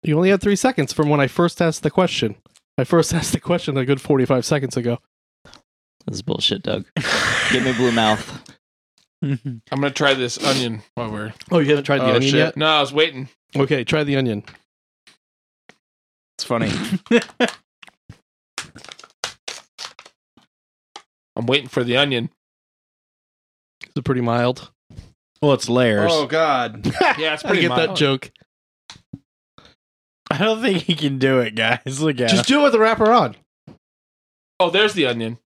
[SPEAKER 5] You only had three seconds from when I first asked the question. I first [LAUGHS] asked the question a good 45 seconds ago.
[SPEAKER 1] This is bullshit, [LAUGHS] Doug. Give me blue mouth.
[SPEAKER 3] I'm going to try this onion while we're.
[SPEAKER 5] Oh, you haven't tried the
[SPEAKER 3] Oh,
[SPEAKER 5] onion
[SPEAKER 3] shit. No, I was waiting.
[SPEAKER 5] yet? Okay, try the onion.
[SPEAKER 2] It's funny.
[SPEAKER 3] I'm waiting for the
[SPEAKER 5] [LAUGHS]
[SPEAKER 3] onion.
[SPEAKER 5] It's pretty mild.
[SPEAKER 4] Well, it's layers.
[SPEAKER 2] oh god.
[SPEAKER 3] Yeah, it's
[SPEAKER 5] I
[SPEAKER 3] pretty
[SPEAKER 5] get that
[SPEAKER 3] mild.
[SPEAKER 5] joke.
[SPEAKER 4] [LAUGHS] I don't think he can do it, guys. Look at
[SPEAKER 5] Just do it with the wrapper on.
[SPEAKER 3] Oh, there's the
[SPEAKER 4] [LAUGHS]
[SPEAKER 3] onion.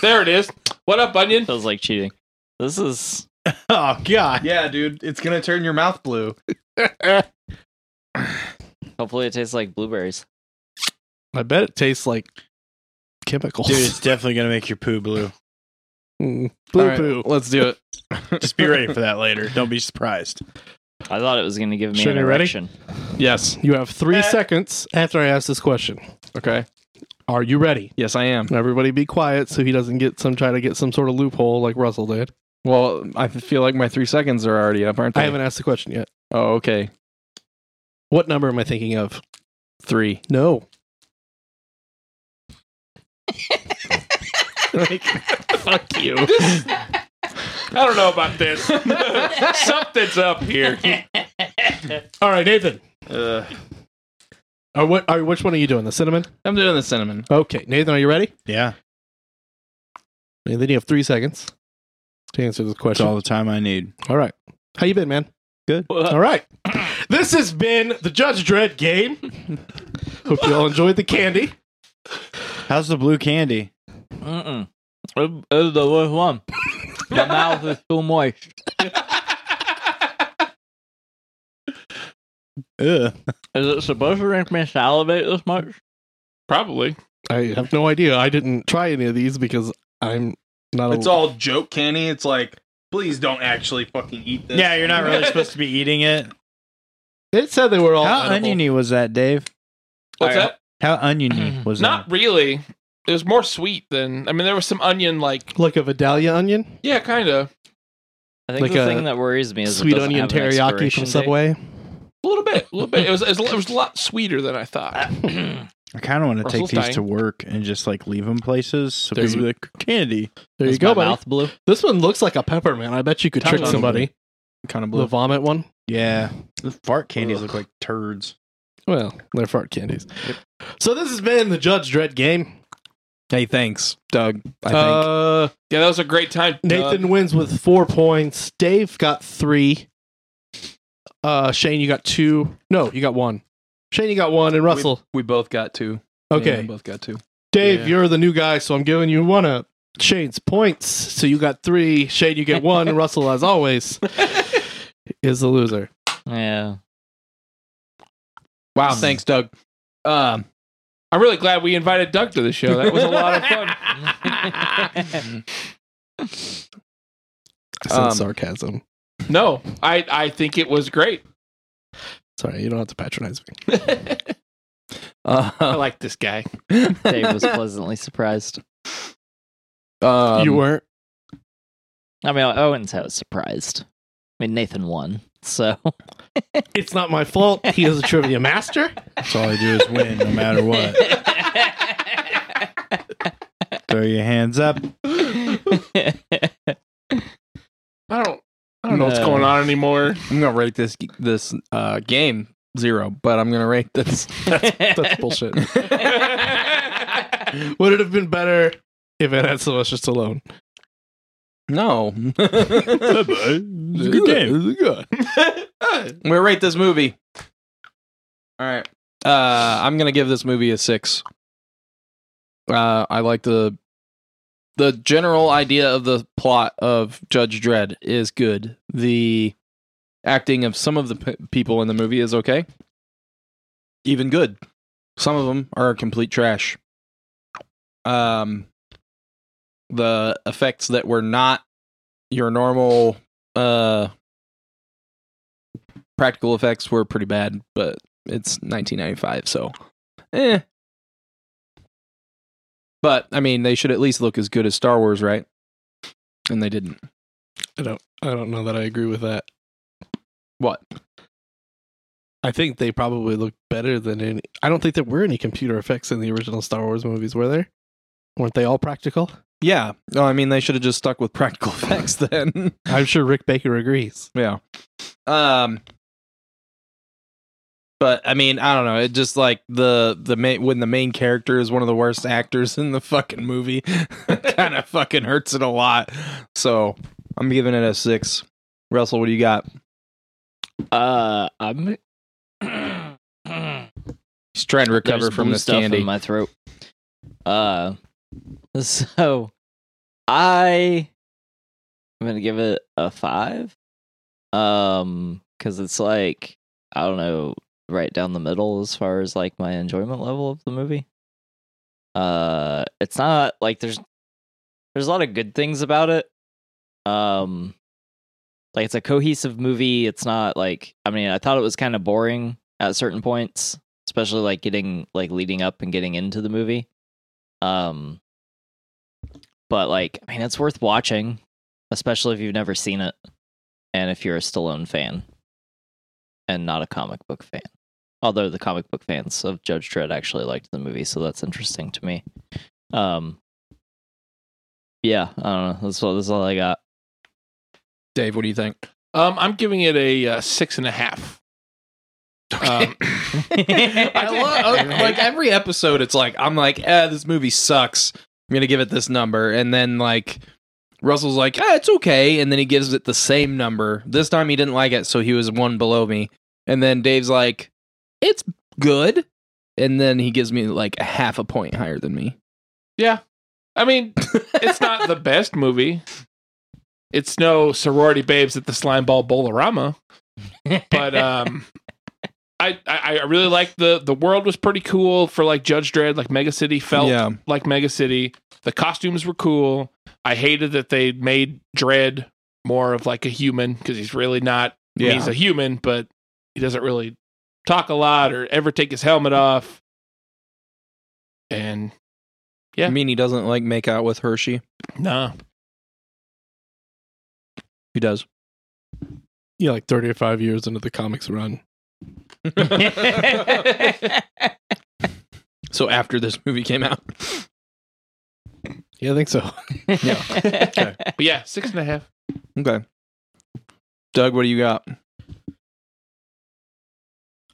[SPEAKER 3] there it is. What up, onion?
[SPEAKER 1] Feels like cheating. This is
[SPEAKER 4] him. Oh God.
[SPEAKER 2] Yeah, dude. It's gonna turn your mouth blue.
[SPEAKER 1] hopefully it tastes like blueberries.
[SPEAKER 5] I bet it tastes like chemicals.
[SPEAKER 4] Dude,
[SPEAKER 5] [LAUGHS]
[SPEAKER 4] it's definitely gonna make your poo blue.
[SPEAKER 5] Mm, Blue
[SPEAKER 2] All right,
[SPEAKER 5] poo.
[SPEAKER 2] Let's do it.
[SPEAKER 4] Just be ready for that later. Don't be surprised.
[SPEAKER 1] I thought it was going to give me
[SPEAKER 5] Should
[SPEAKER 1] an
[SPEAKER 5] I ready?
[SPEAKER 1] erection.
[SPEAKER 2] Yes.
[SPEAKER 5] You have three
[SPEAKER 4] Eh.
[SPEAKER 5] seconds after I ask this question.
[SPEAKER 2] Okay.
[SPEAKER 5] Are you ready?
[SPEAKER 2] Yes, I am.
[SPEAKER 5] Everybody be quiet so he doesn't get some try to get some sort of loophole like Russell did.
[SPEAKER 2] Well, I feel like my three seconds are already up, aren't they?
[SPEAKER 5] I haven't asked the question yet.
[SPEAKER 2] Oh, okay.
[SPEAKER 5] What number am I thinking of?
[SPEAKER 2] Three.
[SPEAKER 5] No.
[SPEAKER 3] Fuck you. I don't know about this. Something's up here.
[SPEAKER 5] All right, Nathan.
[SPEAKER 2] Uh,
[SPEAKER 5] Are what are which one are you doing? The cinnamon?
[SPEAKER 2] I'm doing the cinnamon.
[SPEAKER 5] Okay. Nathan, are you ready?
[SPEAKER 4] Yeah,
[SPEAKER 5] Nathan, you have three seconds to answer this
[SPEAKER 4] that's
[SPEAKER 5] question.
[SPEAKER 4] all the time I need.
[SPEAKER 5] All right. How you been, man?
[SPEAKER 4] Good.
[SPEAKER 5] All right. This has been the Judge Dredd game. Hope you all enjoyed the candy.
[SPEAKER 4] How's the blue candy?
[SPEAKER 1] Mm-mm. It- It's the worst one. My mouth is too moist.
[SPEAKER 4] Ugh.
[SPEAKER 1] Is it supposed to make me salivate this much?
[SPEAKER 3] Probably.
[SPEAKER 5] I have no idea. I didn't try any of these because I'm not
[SPEAKER 2] It's
[SPEAKER 5] a
[SPEAKER 2] all joke candy. It's like, please don't actually fucking eat this.
[SPEAKER 4] Yeah, you're not really supposed to be eating it.
[SPEAKER 5] It said they were all
[SPEAKER 4] How
[SPEAKER 5] edible.
[SPEAKER 4] oniony was that, Dave?
[SPEAKER 3] What's
[SPEAKER 2] I-
[SPEAKER 3] that?
[SPEAKER 4] How oniony was
[SPEAKER 3] Not
[SPEAKER 4] that?
[SPEAKER 3] really. It was more sweet than. I mean, there was some onion, like
[SPEAKER 5] like a Vidalia onion,
[SPEAKER 3] yeah, kind of
[SPEAKER 1] I think
[SPEAKER 5] Like
[SPEAKER 1] the
[SPEAKER 5] a
[SPEAKER 1] thing that worries me is it
[SPEAKER 5] sweet
[SPEAKER 1] doesn't
[SPEAKER 5] onion
[SPEAKER 1] have an
[SPEAKER 5] teriyaki
[SPEAKER 1] expiration
[SPEAKER 5] from
[SPEAKER 1] date.
[SPEAKER 5] Subway.
[SPEAKER 3] a little bit, a little bit. It was it was, it was a lot sweeter than I [CLEARS THROAT] thought.
[SPEAKER 4] I kind of want to take
[SPEAKER 3] Russell's
[SPEAKER 4] these
[SPEAKER 3] dying.
[SPEAKER 4] to work and just like leave them places so
[SPEAKER 5] There's-
[SPEAKER 4] people be like candy.
[SPEAKER 5] There
[SPEAKER 1] Is
[SPEAKER 5] you go,
[SPEAKER 1] my
[SPEAKER 5] buddy.
[SPEAKER 1] mouth blue?
[SPEAKER 5] This one looks like a peppermint. I bet you could
[SPEAKER 2] Tons
[SPEAKER 5] trick
[SPEAKER 2] of
[SPEAKER 5] somebody.
[SPEAKER 2] kind of
[SPEAKER 5] The vomit one.
[SPEAKER 4] Yeah, the fart candies
[SPEAKER 2] Ugh.
[SPEAKER 4] look like turds.
[SPEAKER 5] Well, they're fart candies. So this has been the Judge Dredd game.
[SPEAKER 2] Hey, thanks, Doug. I think.
[SPEAKER 5] Uh,
[SPEAKER 3] Yeah, that was a great time. Uh,
[SPEAKER 5] Nathan wins with four points. Dave got three. Uh, Shane, you got two. No, you got one. Shane, you got one, and Russell.
[SPEAKER 2] We, we both got two.
[SPEAKER 5] okay,
[SPEAKER 2] We both got two.
[SPEAKER 5] Dave,
[SPEAKER 4] Yeah.
[SPEAKER 5] you're the new guy, so I'm giving you one of Shane's points. So you got three. Shane, you
[SPEAKER 2] [LAUGHS]
[SPEAKER 5] get one. Russell, as always, is the loser.
[SPEAKER 1] Yeah.
[SPEAKER 2] Wow. Mm. Thanks, Doug. Um,
[SPEAKER 3] I'm really glad we invited Doug to the show.
[SPEAKER 1] [LAUGHS]
[SPEAKER 3] That was a lot of fun.
[SPEAKER 5] I sense
[SPEAKER 2] Um,
[SPEAKER 5] sarcasm.
[SPEAKER 3] No, I, I think it was great.
[SPEAKER 5] Sorry, you don't have to patronize me.
[SPEAKER 2] uh, [LAUGHS]
[SPEAKER 3] like this guy.
[SPEAKER 1] Dave was pleasantly surprised.
[SPEAKER 2] um,
[SPEAKER 5] you weren't.
[SPEAKER 1] I mean, Owens was surprised. I mean, Nathan won, so
[SPEAKER 5] It's not my fault. He is a [LAUGHS] trivia master.
[SPEAKER 4] That's all I do is win, no matter
[SPEAKER 1] [LAUGHS]
[SPEAKER 3] [LAUGHS]
[SPEAKER 4] what. Throw your hands [LAUGHS] up.
[SPEAKER 3] I don't I don't know what's
[SPEAKER 1] No. [LAUGHS]
[SPEAKER 3] going on anymore.
[SPEAKER 2] I'm gonna rate this this uh, game zero, but I'm gonna rate this.
[SPEAKER 5] That's [LAUGHS] bullshit. Would it have been better if it had Sylvester Stallone?
[SPEAKER 2] No.
[SPEAKER 4] It's a good game.
[SPEAKER 2] I'm gonna rate this movie. All right. Uh, I'm gonna give this movie a six. Uh, I like the the general idea of the plot of Judge Dredd is good. The acting of some of the p- people in the movie is okay, even good. Some of them are complete trash. Um, the effects that were not your normal uh practical effects were pretty bad, but it's 1995, so eh. But I mean, they should at least look as good as Star Wars, right? And they didn't.
[SPEAKER 5] I don't. I don't know that I agree with that.
[SPEAKER 2] What?
[SPEAKER 5] I think they probably look better than any. I don't think there were any computer effects in the original Star Wars movies, were there? Weren't they
[SPEAKER 1] [LAUGHS]
[SPEAKER 5] all practical?
[SPEAKER 2] Yeah. No, I mean, they should have just stuck with [LAUGHS] practical effects then.
[SPEAKER 5] I'm sure Rick Baker agrees.
[SPEAKER 2] yeah. Um. But I mean, I don't know. It just like the the main when the main character is one of the worst actors [LAUGHS] in the fucking movie, [LAUGHS] kind of fucking hurts it a lot. So I'm giving it a six. Russell, what do you got?
[SPEAKER 1] uh, I'm. [CLEARS THROAT] There's
[SPEAKER 2] He's trying to recover from
[SPEAKER 1] blue
[SPEAKER 2] this
[SPEAKER 1] stuff
[SPEAKER 2] candy.
[SPEAKER 1] in my throat. Uh, [LAUGHS] so I I'm gonna give it a five. Um, because it's like I don't know, right down the middle as far as like my enjoyment level of the movie. Uh, it's not like there's there's a lot of good things about it. Um, like it's a cohesive movie. It's not like I mean I thought it was kind of boring at certain points, especially like getting like leading up and getting into the movie. Um, but like I mean it's worth watching, especially if you've never seen it, and if you're a Stallone fan, and not a comic book fan. Although the comic book fans of Judge Dredd actually liked the movie, so that's interesting to me. Um, yeah, I don't know. That's all. That's all I got.
[SPEAKER 2] Dave, what do you think?
[SPEAKER 3] Um, I'm giving it a uh, six and a half. Um,
[SPEAKER 2] I
[SPEAKER 3] [LAUGHS]
[SPEAKER 2] love like every episode. It's like I'm like, eh, this movie sucks. I'm gonna give it this number, and then like Russell's like, ah, it's okay, and then he gives it the same number. This time he didn't like it, so he was one below me. And then Dave's like, it's good, and then he gives me like a half a point higher than me.
[SPEAKER 3] I mean, it's
[SPEAKER 2] [LAUGHS]
[SPEAKER 3] not the best movie. It's no sorority babes at the slime ball bolorama, but um, I, I I really like the the world was pretty cool for like Judge Dredd, like Mega City felt
[SPEAKER 2] Yeah.
[SPEAKER 3] like Mega City. The costumes were cool. I hated that they made Dredd more of like a human because he's really not. I mean,
[SPEAKER 2] Yeah.
[SPEAKER 3] he's a human, but he doesn't really talk a lot or ever take his helmet off. And Yeah.
[SPEAKER 2] I mean, he doesn't like make out with Hershey.
[SPEAKER 3] nah,
[SPEAKER 2] He
[SPEAKER 3] [LAUGHS]
[SPEAKER 2] does. [LAUGHS]
[SPEAKER 5] Yeah, like 35 years into the comics run.
[SPEAKER 2] So after this movie came out,
[SPEAKER 5] Yeah, I think so. [LAUGHS]
[SPEAKER 3] but yeah, six and a half.
[SPEAKER 2] okay. Doug, what do you got?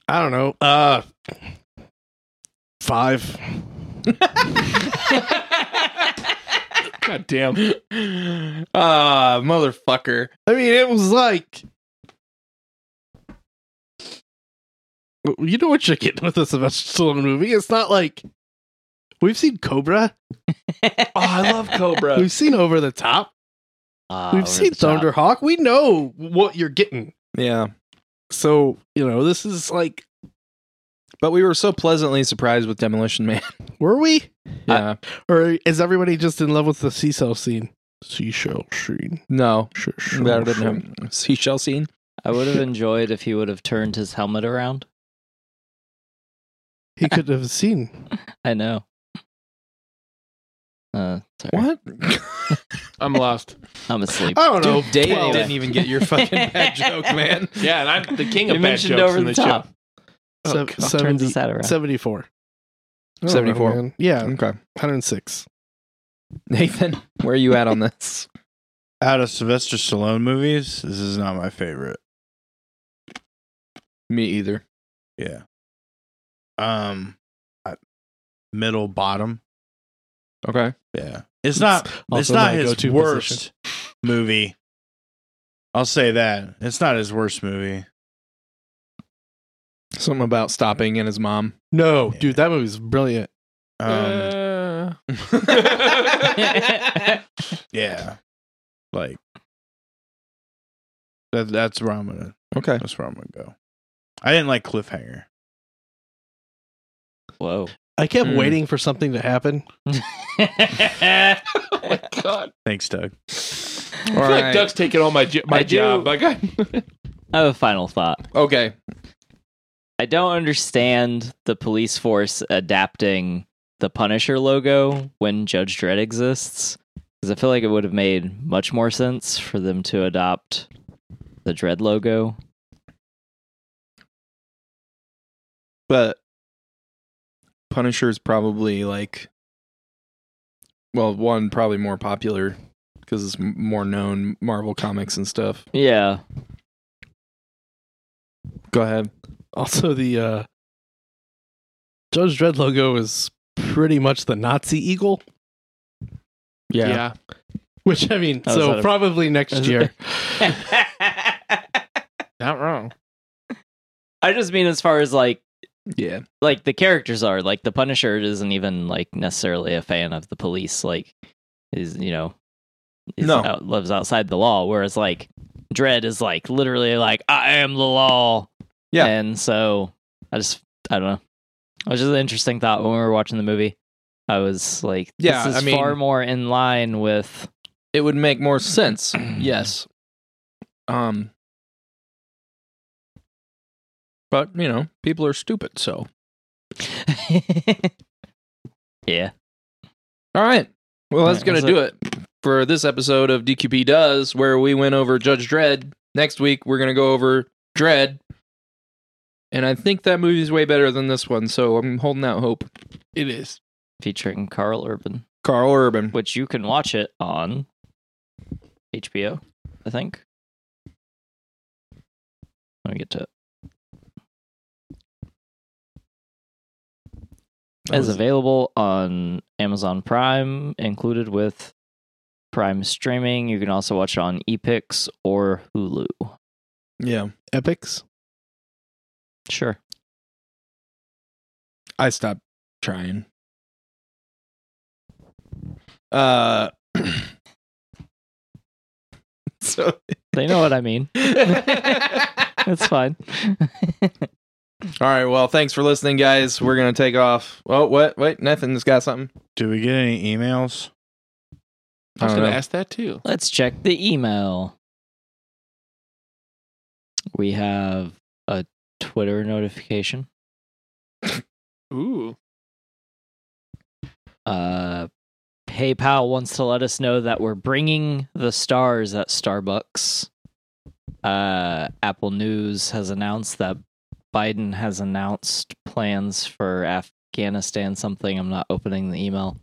[SPEAKER 5] I don't know. Uh, five.
[SPEAKER 3] God damn.
[SPEAKER 2] Ah, motherfucker.
[SPEAKER 5] I mean, it was like you know what you're getting with a Sylvester Stallone movie. It's not like we've seen Cobra,
[SPEAKER 3] Oh, I love Cobra.
[SPEAKER 5] we've seen Over the Top,
[SPEAKER 1] Ah, over
[SPEAKER 5] we've seen
[SPEAKER 1] the top.
[SPEAKER 5] Thunderhawk. We know what you're getting.
[SPEAKER 2] Yeah.
[SPEAKER 5] So you know this is like,
[SPEAKER 2] But we were so pleasantly surprised with Demolition Man. Uh,
[SPEAKER 5] were we?
[SPEAKER 2] Yeah.
[SPEAKER 5] Or is everybody just in love with the seashell scene? Seashell scene.
[SPEAKER 2] no.
[SPEAKER 5] Sh- sh-
[SPEAKER 2] That
[SPEAKER 5] sh-
[SPEAKER 2] didn't happen. [LAUGHS] Seashell scene.
[SPEAKER 1] I would have enjoyed if he would have turned his helmet around.
[SPEAKER 5] He could have seen.
[SPEAKER 1] I know. Uh, sorry.
[SPEAKER 2] What?
[SPEAKER 3] I'm lost.
[SPEAKER 1] I'm asleep.
[SPEAKER 3] Oh,
[SPEAKER 5] I don't know.
[SPEAKER 2] Dude, Dave
[SPEAKER 1] Well-
[SPEAKER 2] didn't even get
[SPEAKER 1] [LAUGHS]
[SPEAKER 2] your fucking bad joke, man.
[SPEAKER 3] Yeah, and I'm the king
[SPEAKER 1] You
[SPEAKER 3] of bad
[SPEAKER 1] mentioned
[SPEAKER 3] jokes
[SPEAKER 1] over
[SPEAKER 3] in
[SPEAKER 1] the
[SPEAKER 3] the
[SPEAKER 1] top.
[SPEAKER 3] show.
[SPEAKER 5] Se-
[SPEAKER 1] Turns
[SPEAKER 5] 70
[SPEAKER 1] his hat around.
[SPEAKER 5] 74. I don't
[SPEAKER 2] 74.
[SPEAKER 5] know, man. yeah,
[SPEAKER 2] Okay.
[SPEAKER 5] 106.
[SPEAKER 2] Nathan, where are you at on this?
[SPEAKER 4] Out of Sylvester Stallone movies, this is not my favorite.
[SPEAKER 2] Me either.
[SPEAKER 4] Yeah. Um, I, middle bottom.
[SPEAKER 2] Okay.
[SPEAKER 4] Yeah. It's not. It's
[SPEAKER 5] also
[SPEAKER 4] not
[SPEAKER 5] my
[SPEAKER 4] his
[SPEAKER 5] go-to
[SPEAKER 4] worst movie. I'll say that it's not his worst movie.
[SPEAKER 2] Something about stopping and his mom.
[SPEAKER 5] No,
[SPEAKER 4] Yeah.
[SPEAKER 5] dude, that movie's brilliant.
[SPEAKER 4] Um,
[SPEAKER 1] [LAUGHS]
[SPEAKER 3] Uh,
[SPEAKER 4] yeah, like that. That's where I'm gonna.
[SPEAKER 2] okay.
[SPEAKER 4] That's where I'm gonna go. I didn't like Cliffhanger.
[SPEAKER 3] [LAUGHS]
[SPEAKER 1] Whoa.
[SPEAKER 5] I kept
[SPEAKER 2] Mm.
[SPEAKER 5] waiting for something to happen.
[SPEAKER 3] oh my god!
[SPEAKER 4] Thanks,
[SPEAKER 2] All
[SPEAKER 4] Doug.
[SPEAKER 3] I feel
[SPEAKER 2] right.
[SPEAKER 3] like Doug's taking all my jo- my
[SPEAKER 1] I do-
[SPEAKER 3] job. Like I,
[SPEAKER 1] I have a final thought.
[SPEAKER 2] Okay.
[SPEAKER 1] I don't understand the police force adapting the Punisher logo when Judge Dredd exists. Because I feel like it would have made much more sense for them to adopt the Dredd logo.
[SPEAKER 2] But Punisher is probably like, well, one, probably more popular because it's m- more known Marvel comics and stuff.
[SPEAKER 1] Yeah.
[SPEAKER 2] Go ahead.
[SPEAKER 5] Also, the uh, Judge Dredd logo is pretty much the Nazi eagle,
[SPEAKER 3] yeah.
[SPEAKER 5] which I mean,
[SPEAKER 1] Oh, is that
[SPEAKER 5] so
[SPEAKER 1] a-
[SPEAKER 5] probably next year.
[SPEAKER 1] [LAUGHS]
[SPEAKER 3] not wrong.
[SPEAKER 1] I just mean as far as like
[SPEAKER 2] Yeah.
[SPEAKER 1] like the characters are like the Punisher isn't even like necessarily a fan of the police. Like is you know is
[SPEAKER 2] No.
[SPEAKER 1] out, lives outside the law. Whereas like Dread is like literally like I am the law.
[SPEAKER 2] Yeah.
[SPEAKER 1] and so I just I don't know. It was just an interesting thought when we were watching the movie. I was like,
[SPEAKER 2] Yeah,
[SPEAKER 1] this is
[SPEAKER 2] I mean-
[SPEAKER 1] far more in line with [LAUGHS]
[SPEAKER 2] It would make more [CLEARS THROAT] sense. yes. Um, but you know, people are stupid. So,
[SPEAKER 1] yeah.
[SPEAKER 2] all right. Well, that's
[SPEAKER 1] All right,
[SPEAKER 2] gonna do it. for this episode of DQP Does, where we went over Judge Dredd. Next week we're gonna go over Dredd, and I think that movie's way better than this one. So I'm holding out hope.
[SPEAKER 3] It is.
[SPEAKER 1] Featuring Carl Urban,
[SPEAKER 2] Carl Urban.
[SPEAKER 1] which you can watch it on HBO, I think. Let me get to it.
[SPEAKER 4] That
[SPEAKER 1] is
[SPEAKER 4] was-
[SPEAKER 1] available on Amazon Prime, included with Prime streaming. You can also watch it on Epix or Hulu.
[SPEAKER 2] Yeah,
[SPEAKER 5] Epics.
[SPEAKER 1] Sure.
[SPEAKER 2] I stopped trying. Uh. [CLEARS THROAT] so
[SPEAKER 1] They know what I
[SPEAKER 2] [LAUGHS]
[SPEAKER 1] mean.
[SPEAKER 2] all
[SPEAKER 1] It's
[SPEAKER 4] [LAUGHS]
[SPEAKER 1] fine.
[SPEAKER 2] right well thanks for listening guys we're gonna take off oh what wait nathan's got something
[SPEAKER 4] Do we get any
[SPEAKER 3] I
[SPEAKER 4] emails?
[SPEAKER 3] was
[SPEAKER 2] I don't
[SPEAKER 3] going to
[SPEAKER 2] know.
[SPEAKER 3] ask that too.
[SPEAKER 1] Let's check the email. We have a Twitter notification.
[SPEAKER 3] Ooh,
[SPEAKER 1] Uh, PayPal wants to let us know that we're bringing the stars at Starbucks. Uh, Apple News has announced that Biden has announced plans for Afghanistan something. I'm not opening the email.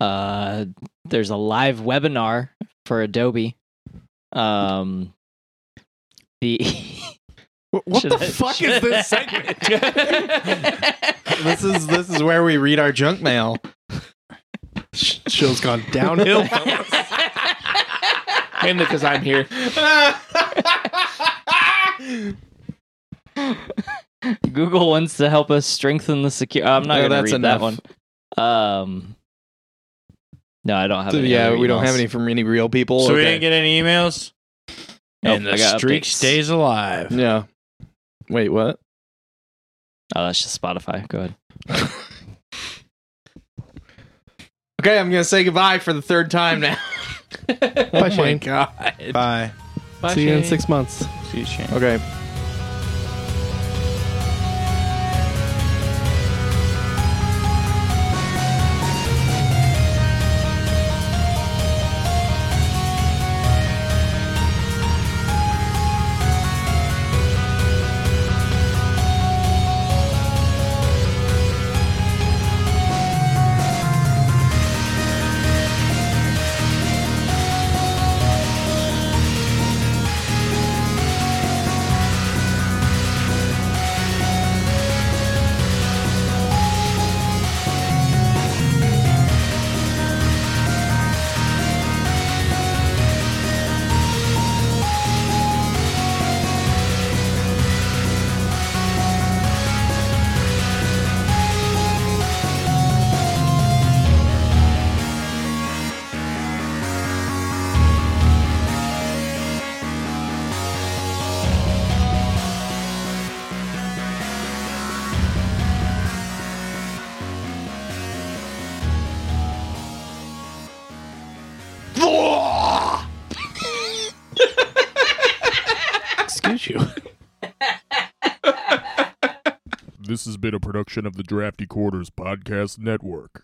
[SPEAKER 1] Uh, there's a live webinar for Adobe. Um, the
[SPEAKER 5] What, [LAUGHS] what
[SPEAKER 1] Should [LAUGHS]
[SPEAKER 5] the
[SPEAKER 1] I-
[SPEAKER 5] fuck
[SPEAKER 1] should-
[SPEAKER 5] is this segment?
[SPEAKER 1] [LAUGHS]
[SPEAKER 2] this is this is where we read our junk [LAUGHS] mail
[SPEAKER 5] Show's gone
[SPEAKER 1] [LAUGHS]
[SPEAKER 5] downhill.
[SPEAKER 3] mainly because I'm here.
[SPEAKER 1] Google wants to help us strengthen the secure. I'm not
[SPEAKER 2] No,
[SPEAKER 1] going to
[SPEAKER 2] that's
[SPEAKER 1] read that
[SPEAKER 2] enough.
[SPEAKER 1] one. Um, no, I don't have.
[SPEAKER 2] So,
[SPEAKER 1] any
[SPEAKER 2] yeah,
[SPEAKER 1] other
[SPEAKER 2] we don't have
[SPEAKER 1] emails.
[SPEAKER 2] any from any real people.
[SPEAKER 4] So we
[SPEAKER 2] Okay.
[SPEAKER 4] didn't get any emails.
[SPEAKER 1] Nope,
[SPEAKER 4] and
[SPEAKER 1] I
[SPEAKER 4] the
[SPEAKER 1] got
[SPEAKER 4] streak
[SPEAKER 1] updates.
[SPEAKER 4] stays alive.
[SPEAKER 2] Yeah. Wait, what?
[SPEAKER 1] Oh, that's just Spotify. Go ahead.
[SPEAKER 2] Okay, I'm gonna say goodbye for the third time now.
[SPEAKER 1] Oh
[SPEAKER 5] Bye, Shane.
[SPEAKER 4] Bye.
[SPEAKER 5] See you in six months.
[SPEAKER 4] See you, Shane.
[SPEAKER 2] Okay.
[SPEAKER 5] Excuse you.
[SPEAKER 6] This has been a production of the Drafty Quarters Podcast Network.